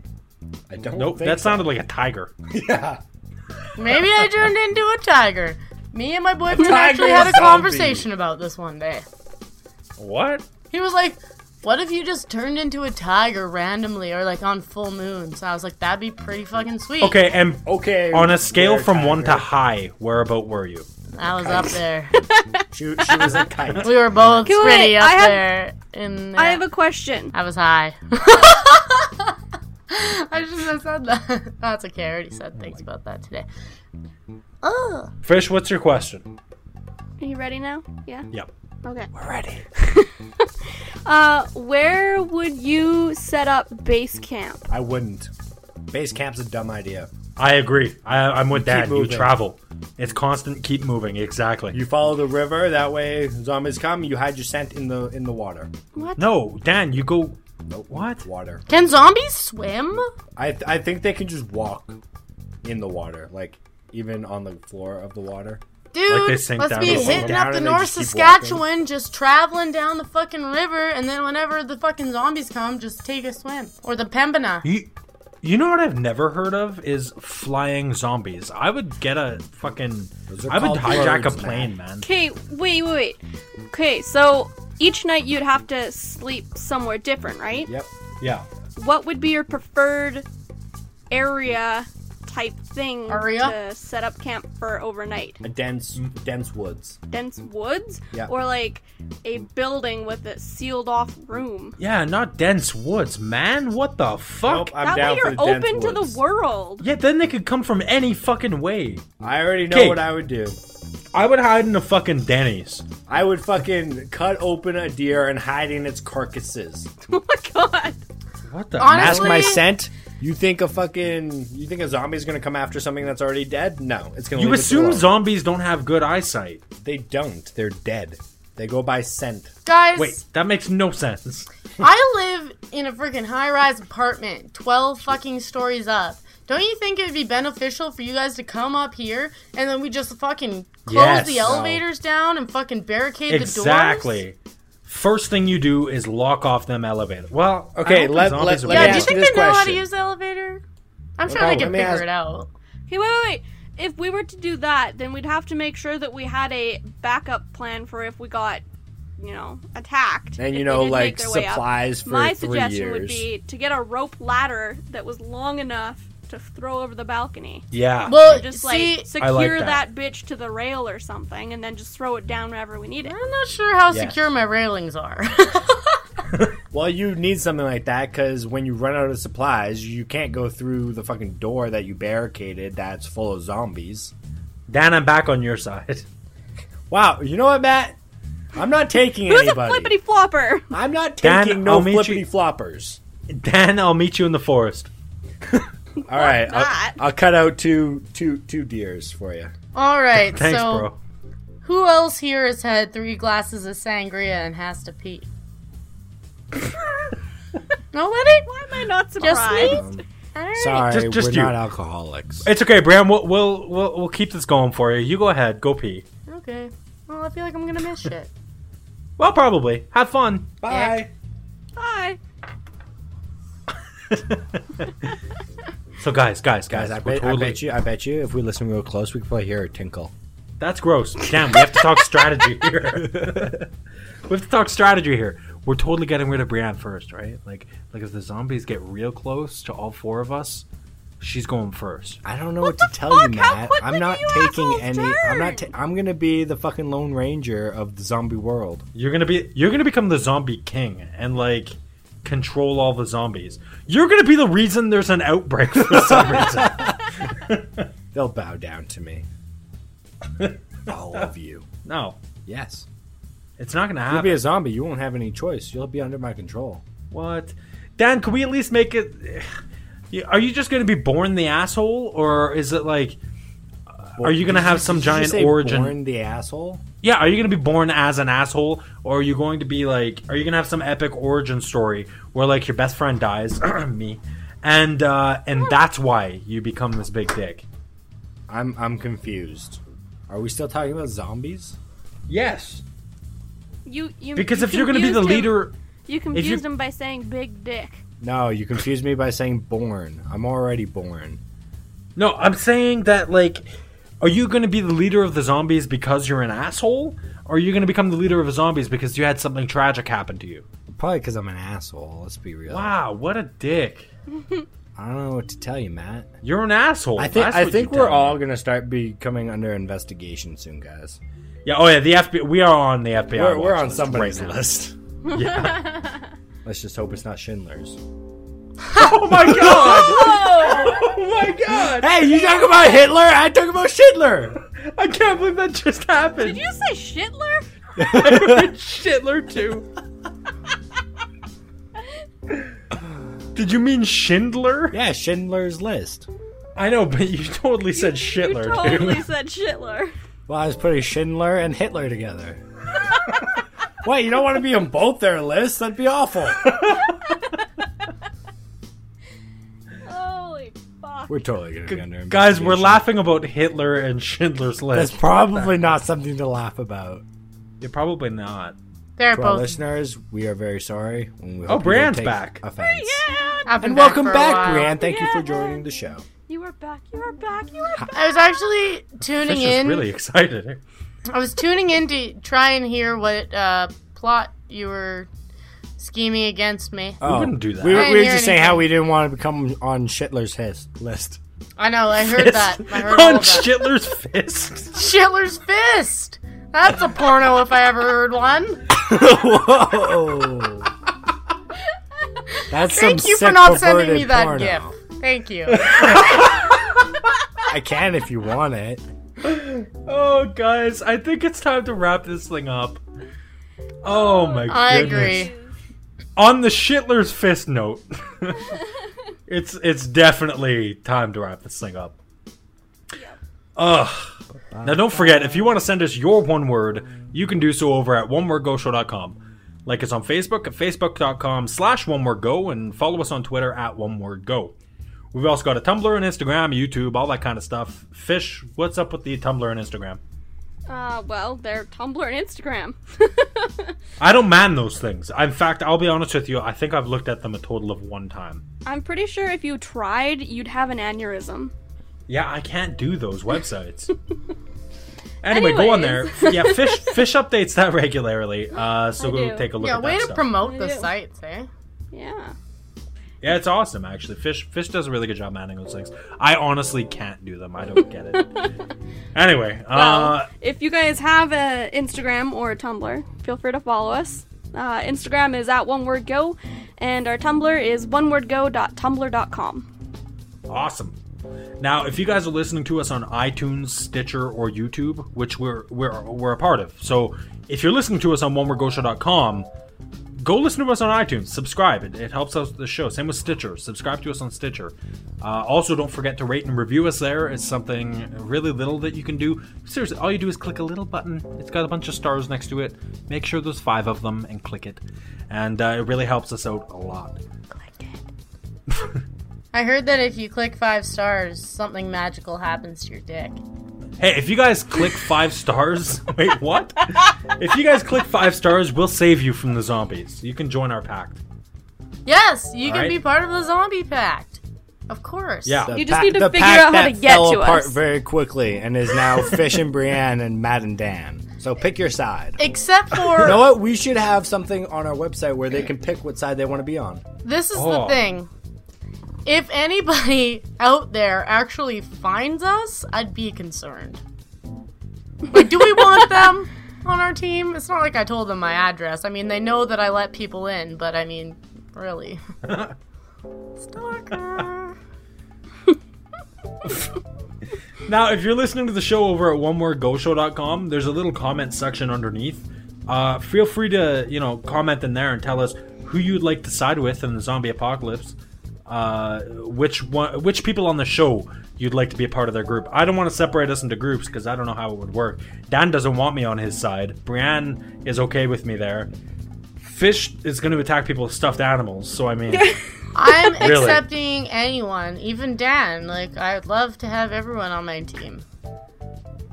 Speaker 3: I don't.
Speaker 1: Nope,
Speaker 3: think
Speaker 1: that
Speaker 3: so.
Speaker 1: sounded like a tiger.
Speaker 3: Yeah.
Speaker 4: Maybe I turned into a tiger. Me and my boyfriend actually
Speaker 3: tiger
Speaker 4: had a
Speaker 3: zombie.
Speaker 4: conversation about this one day.
Speaker 1: What?
Speaker 4: He was like, "What if you just turned into a tiger randomly or like on full moon?" So I was like, "That'd be pretty fucking sweet."
Speaker 1: Okay, and
Speaker 3: *laughs* Okay.
Speaker 1: on a scale
Speaker 3: weird
Speaker 1: from one to
Speaker 3: tiger.
Speaker 1: high, where about were you?
Speaker 4: I was up there.
Speaker 3: she, she was a kite.
Speaker 4: *laughs* We were both
Speaker 5: Okay, wait,
Speaker 4: pretty up
Speaker 5: I have-
Speaker 4: there. In
Speaker 5: I have a question.
Speaker 4: I was high. *laughs* I shouldn't have said that. That's okay. I already said things about that today. Oh.
Speaker 1: Fish, what's your question?
Speaker 5: Are you ready now? Yeah.
Speaker 1: Yep.
Speaker 5: Okay.
Speaker 3: We're ready.
Speaker 5: Uh, where would you set up base camp?
Speaker 3: I wouldn't. Base camp's a dumb idea.
Speaker 1: I agree. I, I'm with Dan. You
Speaker 3: moving.
Speaker 1: travel. It's constant. Keep moving. Exactly.
Speaker 3: You follow the river. That way, zombies come. You hide your scent in the in the water.
Speaker 5: What?
Speaker 1: no, Dan. You go.
Speaker 3: Nope.
Speaker 1: What?
Speaker 3: Water.
Speaker 4: Can zombies swim?
Speaker 3: I th- I think they can just walk in the water, like even on the floor of the water.
Speaker 4: Dude,
Speaker 1: they sink
Speaker 4: let's
Speaker 1: down
Speaker 4: be
Speaker 1: and they sink
Speaker 4: hitting
Speaker 3: down
Speaker 4: up the
Speaker 3: and they
Speaker 4: North
Speaker 3: just keep
Speaker 4: Saskatchewan, just traveling down the fucking river, and then whenever the fucking zombies come, just take a swim. Or the Pembina.
Speaker 1: You. You know what I've never heard of is flying zombies. I would get a fucking.
Speaker 3: Those are
Speaker 1: I would
Speaker 3: called
Speaker 1: hijack
Speaker 3: birds,
Speaker 1: a plane, man.
Speaker 5: Okay, wait, wait, wait. Okay, so each night you'd have to sleep somewhere different, right?
Speaker 3: Yep.
Speaker 1: Yeah.
Speaker 5: What would be your preferred area type thing
Speaker 4: Area?
Speaker 5: to set up camp for overnight?
Speaker 3: A dense dense woods.
Speaker 5: Dense woods?
Speaker 3: Yeah.
Speaker 5: Or like a building with a sealed off room?
Speaker 1: Yeah, not dense woods, man. What the fuck?
Speaker 3: Nope, I'm
Speaker 5: that
Speaker 3: down
Speaker 5: way
Speaker 3: for
Speaker 5: you're
Speaker 3: the dense
Speaker 5: open to the
Speaker 3: woods.
Speaker 5: world. *laughs*
Speaker 1: yeah, then they could come from any fucking way.
Speaker 3: I already know
Speaker 1: Okay.
Speaker 3: what I would do.
Speaker 1: I would hide in a fucking Denny's.
Speaker 3: I would fucking cut open a deer and hide in its carcasses.
Speaker 5: oh my god.
Speaker 1: What the?
Speaker 4: Honestly-
Speaker 3: Mask my scent You think a fucking you think a zombie's gonna come after something that's already dead? No, it's gonna.
Speaker 1: You
Speaker 3: leave it
Speaker 1: assume
Speaker 3: alone.
Speaker 1: zombies don't have good eyesight.
Speaker 3: They don't. They're dead. They go by scent.
Speaker 4: Guys,
Speaker 1: Wait, that makes no sense.
Speaker 4: *laughs* I live in a freaking high rise apartment, 12 fucking stories up. Don't you think it would be beneficial for you guys to come up here and then we just fucking close
Speaker 1: Yes.
Speaker 4: the elevators down and fucking barricade the doors?
Speaker 1: Exactly. First thing you do is lock off them elevator. Well, I
Speaker 3: Okay,
Speaker 1: don't think
Speaker 3: let-
Speaker 1: zombies
Speaker 3: let-
Speaker 1: are
Speaker 3: let
Speaker 1: really-
Speaker 3: me
Speaker 4: Yeah, do you
Speaker 3: ask you
Speaker 4: think
Speaker 3: this
Speaker 4: they know how to
Speaker 3: question.
Speaker 4: use the elevator? I'm sure
Speaker 3: about-
Speaker 4: they
Speaker 3: let
Speaker 4: can
Speaker 3: me
Speaker 4: figure
Speaker 3: ask-
Speaker 4: it out.
Speaker 5: Hey, wait, wait, wait. If we were to do that, then we'd have to make sure that we had a backup plan for if we got, you know, attacked.
Speaker 3: And
Speaker 5: if
Speaker 3: you
Speaker 5: they
Speaker 3: know,
Speaker 5: did make
Speaker 3: like
Speaker 5: their way up.
Speaker 3: supplies for
Speaker 5: My
Speaker 3: three
Speaker 5: suggestion
Speaker 3: years.
Speaker 5: would be to get a rope ladder that was long enough to throw over the balcony.
Speaker 1: yeah.
Speaker 4: Well,
Speaker 5: Just
Speaker 4: see,
Speaker 5: like
Speaker 1: Uh, I
Speaker 5: secure
Speaker 1: like that.
Speaker 5: that. bitch to the rail or something, and then just throw it down wherever we need it.
Speaker 4: I'm not sure how
Speaker 3: Yeah.
Speaker 4: secure my railings are. *laughs*
Speaker 3: Well, you need something like that because when you run out of supplies, you can't go through the fucking door that you barricaded that's full of zombies.
Speaker 1: Dan, I'm back on your side. *laughs*
Speaker 3: Wow, you know what, Matt? I'm not taking
Speaker 5: Who's a
Speaker 3: anybody. *laughs*
Speaker 5: flippity flopper?
Speaker 3: I'm not
Speaker 1: Dan,
Speaker 3: taking no
Speaker 1: I'll meet you-
Speaker 3: flippity floppers.
Speaker 1: Dan, I'll meet you in the forest.
Speaker 3: All right,
Speaker 5: that?
Speaker 3: I'll, I'll cut out two two two deers for you.
Speaker 4: All
Speaker 3: *laughs*
Speaker 4: right,
Speaker 1: Thanks,
Speaker 4: so
Speaker 1: bro.
Speaker 4: who else here has had three glasses of sangria and has
Speaker 3: *laughs*
Speaker 4: to pee? Nobody?
Speaker 5: Why am I not surprised?
Speaker 4: Just me? All right.
Speaker 3: Sorry,
Speaker 1: Just- just
Speaker 3: we're
Speaker 1: you.
Speaker 3: not alcoholics.
Speaker 1: It's okay, Bram. We'll, we'll we'll we'll keep this going for you. You go ahead. Go pee.
Speaker 4: Okay. Well, I feel like I'm gonna miss shit.
Speaker 1: Well, probably. Have
Speaker 4: *laughs*
Speaker 1: fun. *laughs*
Speaker 3: Bye.
Speaker 5: Hi.
Speaker 1: So, guys, guys, guys,
Speaker 3: Guys, I
Speaker 1: we're
Speaker 3: bet, I
Speaker 1: totally.
Speaker 3: bet you, I bet you, if we listen real close, we could probably hear a tinkle.
Speaker 1: That's gross. Damn, we have to talk
Speaker 3: *laughs*
Speaker 1: strategy here. we have to talk strategy here. We're totally getting rid of Brienne first, right? Like, like if the zombies get real close to all four of us, she's going first.
Speaker 3: I don't know what,
Speaker 5: What
Speaker 3: to
Speaker 5: the
Speaker 3: tell you,
Speaker 5: fuck?
Speaker 3: Matt.
Speaker 5: How quickly
Speaker 3: I'm
Speaker 5: do
Speaker 3: not
Speaker 5: you
Speaker 3: taking
Speaker 5: assholes
Speaker 3: any. I'm not. Ta-
Speaker 5: turn?
Speaker 3: I'm gonna be the fucking lone ranger of the zombie world.
Speaker 1: You're gonna be, you're gonna become the zombie king and like control all the zombies. You're gonna be the reason there's an outbreak for
Speaker 3: *laughs*
Speaker 1: some reason.
Speaker 3: They'll bow down to
Speaker 5: *laughs*
Speaker 3: me. All of you.
Speaker 1: No,
Speaker 3: Yes.
Speaker 1: it's not gonna
Speaker 3: You'll
Speaker 1: happen.
Speaker 3: be a zombie. You won't have any choice. You'll be under my control.
Speaker 1: What, Dan? Can we at least make it? *sighs* Yeah, Are you just gonna be born the asshole, or is it like? Are you gonna have some
Speaker 3: Did you
Speaker 1: giant
Speaker 3: say
Speaker 1: origin?
Speaker 3: Born the asshole.
Speaker 1: Yeah, are you gonna be born as an asshole, or are you going to be like, are you gonna have some epic origin story where like your best friend dies, *clears throat* me, and uh, and that's why you become this big dick?
Speaker 3: I'm. I'm confused. Are we still talking about zombies?
Speaker 1: Yes,
Speaker 5: You, you.
Speaker 1: because
Speaker 5: you
Speaker 1: if you're gonna be the
Speaker 5: confused him-
Speaker 1: leader,
Speaker 5: you confused him by saying big dick.
Speaker 3: No, you confused me by saying born. I'm already born.
Speaker 1: no, I'm saying that like, are you gonna be the leader of the zombies because you're an asshole, or are you gonna become the leader of the zombies because you had something tragic happen to you?
Speaker 3: Probably because I'm an asshole. Let's be real.
Speaker 1: Wow, what a dick!
Speaker 3: I don't know what to tell you, Matt.
Speaker 1: You're an asshole.
Speaker 3: I think
Speaker 1: That's
Speaker 3: I
Speaker 1: what
Speaker 3: think
Speaker 1: you tell
Speaker 3: we're
Speaker 1: me.
Speaker 3: all gonna start becoming under investigation soon, guys.
Speaker 1: Yeah. Oh yeah. The FBI. We are on the FBI.
Speaker 3: We're, we're
Speaker 1: watch
Speaker 3: on
Speaker 1: list
Speaker 3: somebody's
Speaker 1: right now.
Speaker 3: *laughs* list.
Speaker 1: Yeah.
Speaker 3: *laughs* Let's just hope it's not Schindler's.
Speaker 1: *laughs* oh my
Speaker 3: *laughs*
Speaker 1: god!
Speaker 5: *laughs*
Speaker 3: Hey, you talk about Hitler? I talk about Schindler.
Speaker 1: I can't believe that just happened.
Speaker 5: Did you say Shitler?
Speaker 1: Shitler too. Did you mean Schindler?
Speaker 3: Yeah, Schindler's List.
Speaker 1: I know, but you totally *laughs* said Shitler
Speaker 5: you
Speaker 1: too.
Speaker 5: totally said Shitler. *laughs*
Speaker 3: Well, I was putting Schindler and Hitler together. *laughs* Wait, you don't want to be on both their lists? That'd be awful.
Speaker 5: Holy fuck.
Speaker 3: We're totally gonna be under
Speaker 1: Guys, we're
Speaker 3: investigation.
Speaker 1: laughing about Hitler and Schindler's
Speaker 3: That's
Speaker 1: List.
Speaker 3: probably not something to laugh about.
Speaker 1: You're probably not.
Speaker 4: They're
Speaker 3: To our
Speaker 4: both.
Speaker 3: listeners, we are very sorry. And we
Speaker 1: Oh,
Speaker 3: hope you don't
Speaker 1: Brianne's
Speaker 3: take
Speaker 1: back.
Speaker 3: Offense.
Speaker 5: Yeah,
Speaker 4: I've been
Speaker 3: And welcome
Speaker 4: for a
Speaker 3: back,
Speaker 4: while.
Speaker 3: Brianne. Thank you for
Speaker 5: Yeah.
Speaker 3: joining the show.
Speaker 5: you are back. You are back. You are back.
Speaker 4: I was actually tuning
Speaker 1: Fish is
Speaker 4: in.
Speaker 1: really excited.
Speaker 4: I was tuning in to try and hear what uh, plot you were scheming against me.
Speaker 3: Oh,
Speaker 1: wouldn't do that.
Speaker 3: We,
Speaker 1: I *laughs*
Speaker 3: were-
Speaker 4: didn't
Speaker 3: we were
Speaker 4: hear
Speaker 3: just saying how
Speaker 4: anything.
Speaker 3: we didn't want to become on Schindler's his
Speaker 1: *laughs*
Speaker 3: list. *laughs*
Speaker 4: I know. I heard that. I heard all
Speaker 1: on
Speaker 4: of that.
Speaker 1: Schindler's Fist.
Speaker 4: Schindler's Fist. That's a porno if I ever heard one. *laughs*
Speaker 3: Whoa. That's
Speaker 4: Thank
Speaker 3: some
Speaker 4: you
Speaker 3: sick
Speaker 4: for not
Speaker 3: perverted
Speaker 4: sending me that
Speaker 3: porno.
Speaker 4: gift. Thank you.
Speaker 3: I can if you want it.
Speaker 1: Oh, guys, I think it's time to wrap this thing up. Oh my
Speaker 4: I
Speaker 1: goodness.
Speaker 4: agree.
Speaker 1: On the Schindler's Fist note. *laughs* It's it's definitely time to wrap this thing up. Ugh. Now don't forget, if you want to send us your one word, you can do so over at onewordgoshow.com. Like us on Facebook at facebook.com slash onewordgo and follow us on Twitter at onewordgo. We've also got a Tumblr and Instagram, YouTube, all that kind of stuff. Fish, what's up with the Tumblr and Instagram?
Speaker 5: Uh, well, they're Tumblr and Instagram. *laughs*
Speaker 1: I don't man those things. In fact, I'll be honest with you, I think I've looked at them a total of one time.
Speaker 5: I'm pretty sure if you tried, you'd have an aneurysm.
Speaker 1: Yeah, I can't do those websites. anyway, go on there. Yeah, fish fish updates that regularly. Uh, so
Speaker 5: I
Speaker 1: go
Speaker 5: do.
Speaker 1: take a look
Speaker 4: Yeah,
Speaker 1: at
Speaker 4: way
Speaker 1: that
Speaker 4: to
Speaker 1: stuff.
Speaker 4: promote the
Speaker 5: Yeah.
Speaker 4: sites, eh?
Speaker 5: Yeah.
Speaker 1: yeah, it's awesome actually. Fish fish does a really good job manning those things. I honestly can't do them. I don't get it. anyway, uh,
Speaker 5: Well, if you guys have a Instagram or a Tumblr, feel free to follow us. Uh, Instagram is at one word go, and our Tumblr is onewordgo.tumblr.com.
Speaker 1: Awesome. Now, if you guys are listening to us on iTunes, Stitcher, or YouTube, which we're we're we're a part of, so if you're listening to us on onewordgoshow.com, go listen to us on iTunes. Subscribe; it, it helps us with the show. Same with Stitcher. Subscribe to us on Stitcher. Uh, also, don't forget to rate and review us there. It's something really little that you can do. Seriously, all you do is click a little button. It's got a bunch of stars next to it. Make sure there's five of them and click it, and uh, it really helps us out a lot.
Speaker 4: I heard that if you click five stars, something magical happens to your dick.
Speaker 1: Hey, if you guys click five stars, *laughs* wait, what? If you guys click five stars, we'll save you from the zombies. You can join our pact.
Speaker 4: Yes, you can
Speaker 1: Alright.
Speaker 4: be part of the zombie pact. Of course.
Speaker 1: Yeah.
Speaker 5: You just need to figure out how to get
Speaker 3: fell
Speaker 5: to
Speaker 3: apart
Speaker 5: us.
Speaker 3: very quickly and is now Fish and Brienne and Matt and Dan. So pick your side.
Speaker 4: Except
Speaker 3: *laughs*
Speaker 4: for
Speaker 3: You know what? We should have something on our website where they can pick what side they want to be on.
Speaker 4: this is
Speaker 1: Oh.
Speaker 4: the thing. If anybody *laughs* out there actually finds us, I'd be concerned. Like, do we
Speaker 1: *laughs*
Speaker 4: want them on our team? It's not like I told them my address. I mean, they know that I let people in, but I mean,
Speaker 1: *laughs*
Speaker 4: really. Stalker.
Speaker 1: Now, if you're listening to the show over at onewordgoshow.com, there's a little comment section underneath. Uh, feel free to, you know, comment in there and tell us who you'd like to side with in the zombie apocalypse. Uh, which one, which people on the show you'd like to be a part of their group? I don't want to separate us into groups because I don't know how it would work. Dan doesn't want me on his side. Brienne is okay with me there. Fish is going to attack people with stuffed animals, so I mean,
Speaker 4: I'm
Speaker 1: Really?
Speaker 4: accepting anyone, even Dan. Like, I'd love to have everyone on my team.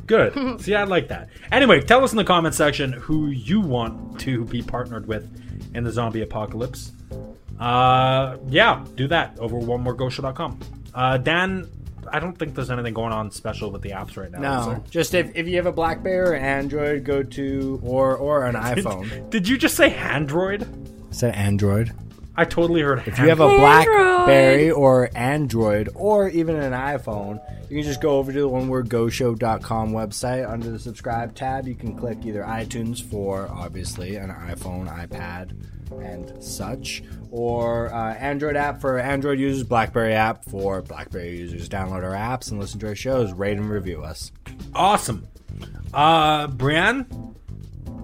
Speaker 1: Good. *laughs* See, I like that. Anyway, tell us in the comment section who you want to be partnered with in the zombie apocalypse. Uh, yeah, do that over onemoregosha.com. Uh, Dan, I don't think there's anything going on special with the apps right now. is
Speaker 3: No,
Speaker 1: there?
Speaker 3: just if, if you have a BlackBerry or Android, go to or or an
Speaker 1: *laughs*
Speaker 3: iPhone.
Speaker 1: Did you just say Android?
Speaker 3: said Android.
Speaker 1: I totally heard.
Speaker 3: If you have a
Speaker 5: Android.
Speaker 3: BlackBerry or Android or even an iPhone, you can just go over to the one word goshow.com website under the subscribe tab. You can click either iTunes for obviously an iPhone, iPad, and such, or uh, Android app for Android users, BlackBerry app for BlackBerry users. Download our apps and listen to our shows, rate and review us.
Speaker 1: awesome. Uh, Brienne,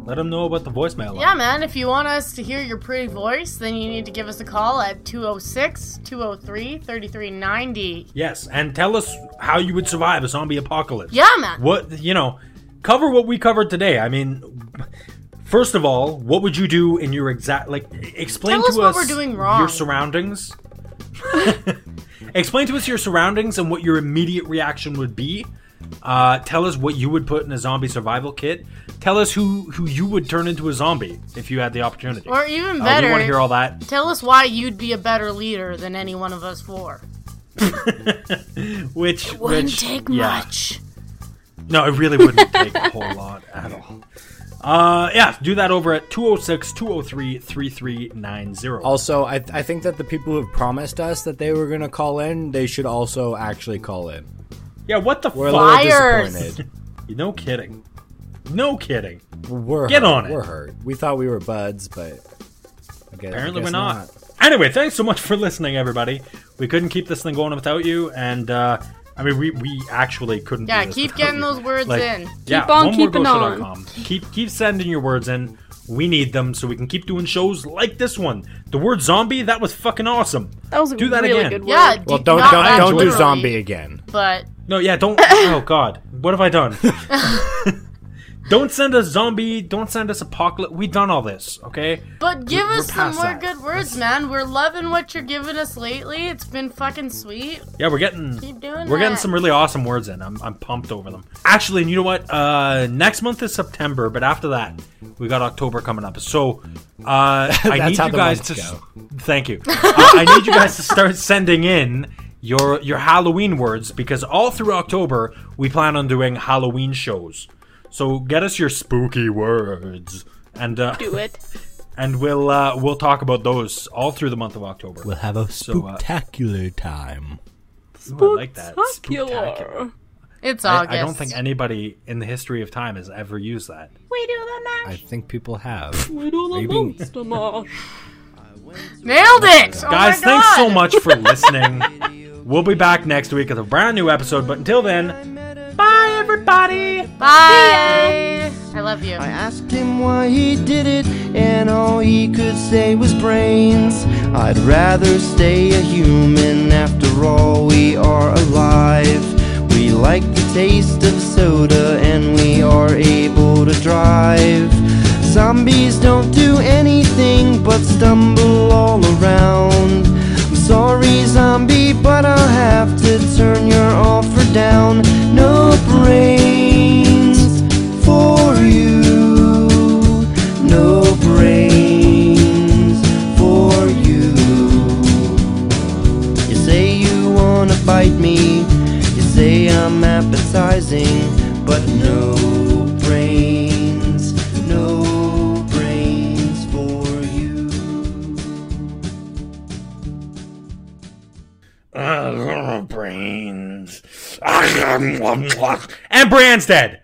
Speaker 1: let them know about the voicemail.
Speaker 4: Yeah, man, if you want us to hear your pretty voice, then you need to give us a call at 206 203 3390.
Speaker 1: Yes, and tell us how you would survive a zombie apocalypse.
Speaker 4: Yeah, man.
Speaker 1: what you know cover what we covered today i mean first of all what would you do in your exact like explain
Speaker 4: Tell
Speaker 1: to
Speaker 4: us what we're doing wrong.
Speaker 1: your
Speaker 4: *laughs*
Speaker 1: surroundings explain to us your surroundings and what your immediate reaction would be uh, tell us what you would put in a zombie survival kit tell us who who you would turn into a zombie if you had the opportunity
Speaker 4: Or even
Speaker 1: uh, we
Speaker 4: better,
Speaker 1: want to hear all that
Speaker 4: tell us why you'd be a better leader than any one of us four.
Speaker 1: which
Speaker 4: Wouldn't
Speaker 1: which,
Speaker 4: take
Speaker 1: yeah.
Speaker 4: much.
Speaker 1: No, it really
Speaker 4: *laughs*
Speaker 1: wouldn't take a whole lot at all. Uh, yeah, do that over at 206 203 3390.
Speaker 3: Also, I, I think that the people who have promised us that they were going to call in, they should also actually call in.
Speaker 1: Yeah, what the
Speaker 3: We're a
Speaker 1: fuck?
Speaker 3: little
Speaker 4: Liars.
Speaker 3: disappointed.
Speaker 1: No kidding. No kidding.
Speaker 3: We're
Speaker 1: Get
Speaker 3: hurt.
Speaker 1: on it.
Speaker 3: We're hurt. We thought we were buds, but I guess,
Speaker 1: Apparently,
Speaker 3: I guess
Speaker 1: we're not. Anyway, thanks so much for listening, everybody. We couldn't keep this thing going without you, and uh, I mean, we, we actually couldn't.
Speaker 4: Yeah,
Speaker 1: do this
Speaker 4: keep
Speaker 1: without
Speaker 4: getting
Speaker 1: you.
Speaker 4: those words
Speaker 1: Like,
Speaker 4: in.
Speaker 1: yeah,
Speaker 5: Keep on
Speaker 1: one more
Speaker 5: keeping
Speaker 1: go show
Speaker 5: on.
Speaker 1: dot com. Keep keep sending your words in. We need them so we can keep doing shows like this one. The word zombie that was fucking awesome.
Speaker 5: That was a
Speaker 1: Do that
Speaker 5: really
Speaker 1: again.
Speaker 5: good word.
Speaker 4: Yeah,
Speaker 3: Well,
Speaker 4: d-
Speaker 3: don't
Speaker 4: not
Speaker 3: don't,
Speaker 4: that
Speaker 3: don't do
Speaker 4: literally,
Speaker 3: zombie again.
Speaker 4: But
Speaker 1: No, yeah, don't. oh God, what have I done? don't send us zombie. Don't send us apocalypse. We done all this, okay?
Speaker 4: but give
Speaker 1: we're
Speaker 4: us some
Speaker 1: past
Speaker 4: more
Speaker 1: that.
Speaker 4: good words, man. We're loving what you're giving us lately. It's been fucking sweet.
Speaker 1: Yeah, we're getting
Speaker 4: Keep doing
Speaker 1: we're getting
Speaker 4: that.
Speaker 1: some really awesome words in. I'm I'm pumped over them. Actually, and you know what? Uh, next month is September, but after that, we got October coming up. So
Speaker 3: *laughs*
Speaker 1: uh, I
Speaker 3: That's
Speaker 1: need
Speaker 3: how
Speaker 1: you
Speaker 3: the
Speaker 1: guys
Speaker 3: months
Speaker 1: to
Speaker 3: go.
Speaker 1: thank
Speaker 3: *laughs*
Speaker 1: you. Uh, I need you guys to start sending in your your Halloween words because all through October we plan on doing Halloween shows. So get us your spooky words and uh,
Speaker 5: Do it.
Speaker 1: and we'll uh, we'll talk about those all through the month of October.
Speaker 6: We'll have a
Speaker 1: uh,
Speaker 6: spectacular time.
Speaker 1: Ooh, I like that. Spooktacular.
Speaker 5: Spectacular.
Speaker 4: It's
Speaker 1: I-
Speaker 4: August. Oh
Speaker 1: I don't think anybody in the history of time has ever used that.
Speaker 5: We do the
Speaker 3: I
Speaker 5: mash.
Speaker 3: think people have.
Speaker 5: We do the
Speaker 3: Maybe-
Speaker 5: monster mash.
Speaker 4: Nailed it! Oh my
Speaker 1: Guys, thanks so
Speaker 4: God.
Speaker 1: much
Speaker 4: *laughs*
Speaker 1: for listening. we'll be back next week with a brand new episode, but until then, bye everybody!
Speaker 4: Bye. I love you.
Speaker 7: I asked him why he did it, and all he could say was brains. I'd rather stay a human, after all, we are alive. We like the taste of soda, and we are able to drive. Zombies don't do anything but stumble all around. I'm sorry, zombie, but I'll have to turn your offer down. No brains for you. No brains for you. You say you wanna bite me. You say I'm appetizing, but no brains. No brains for you.
Speaker 1: Brains. and Brian's dead!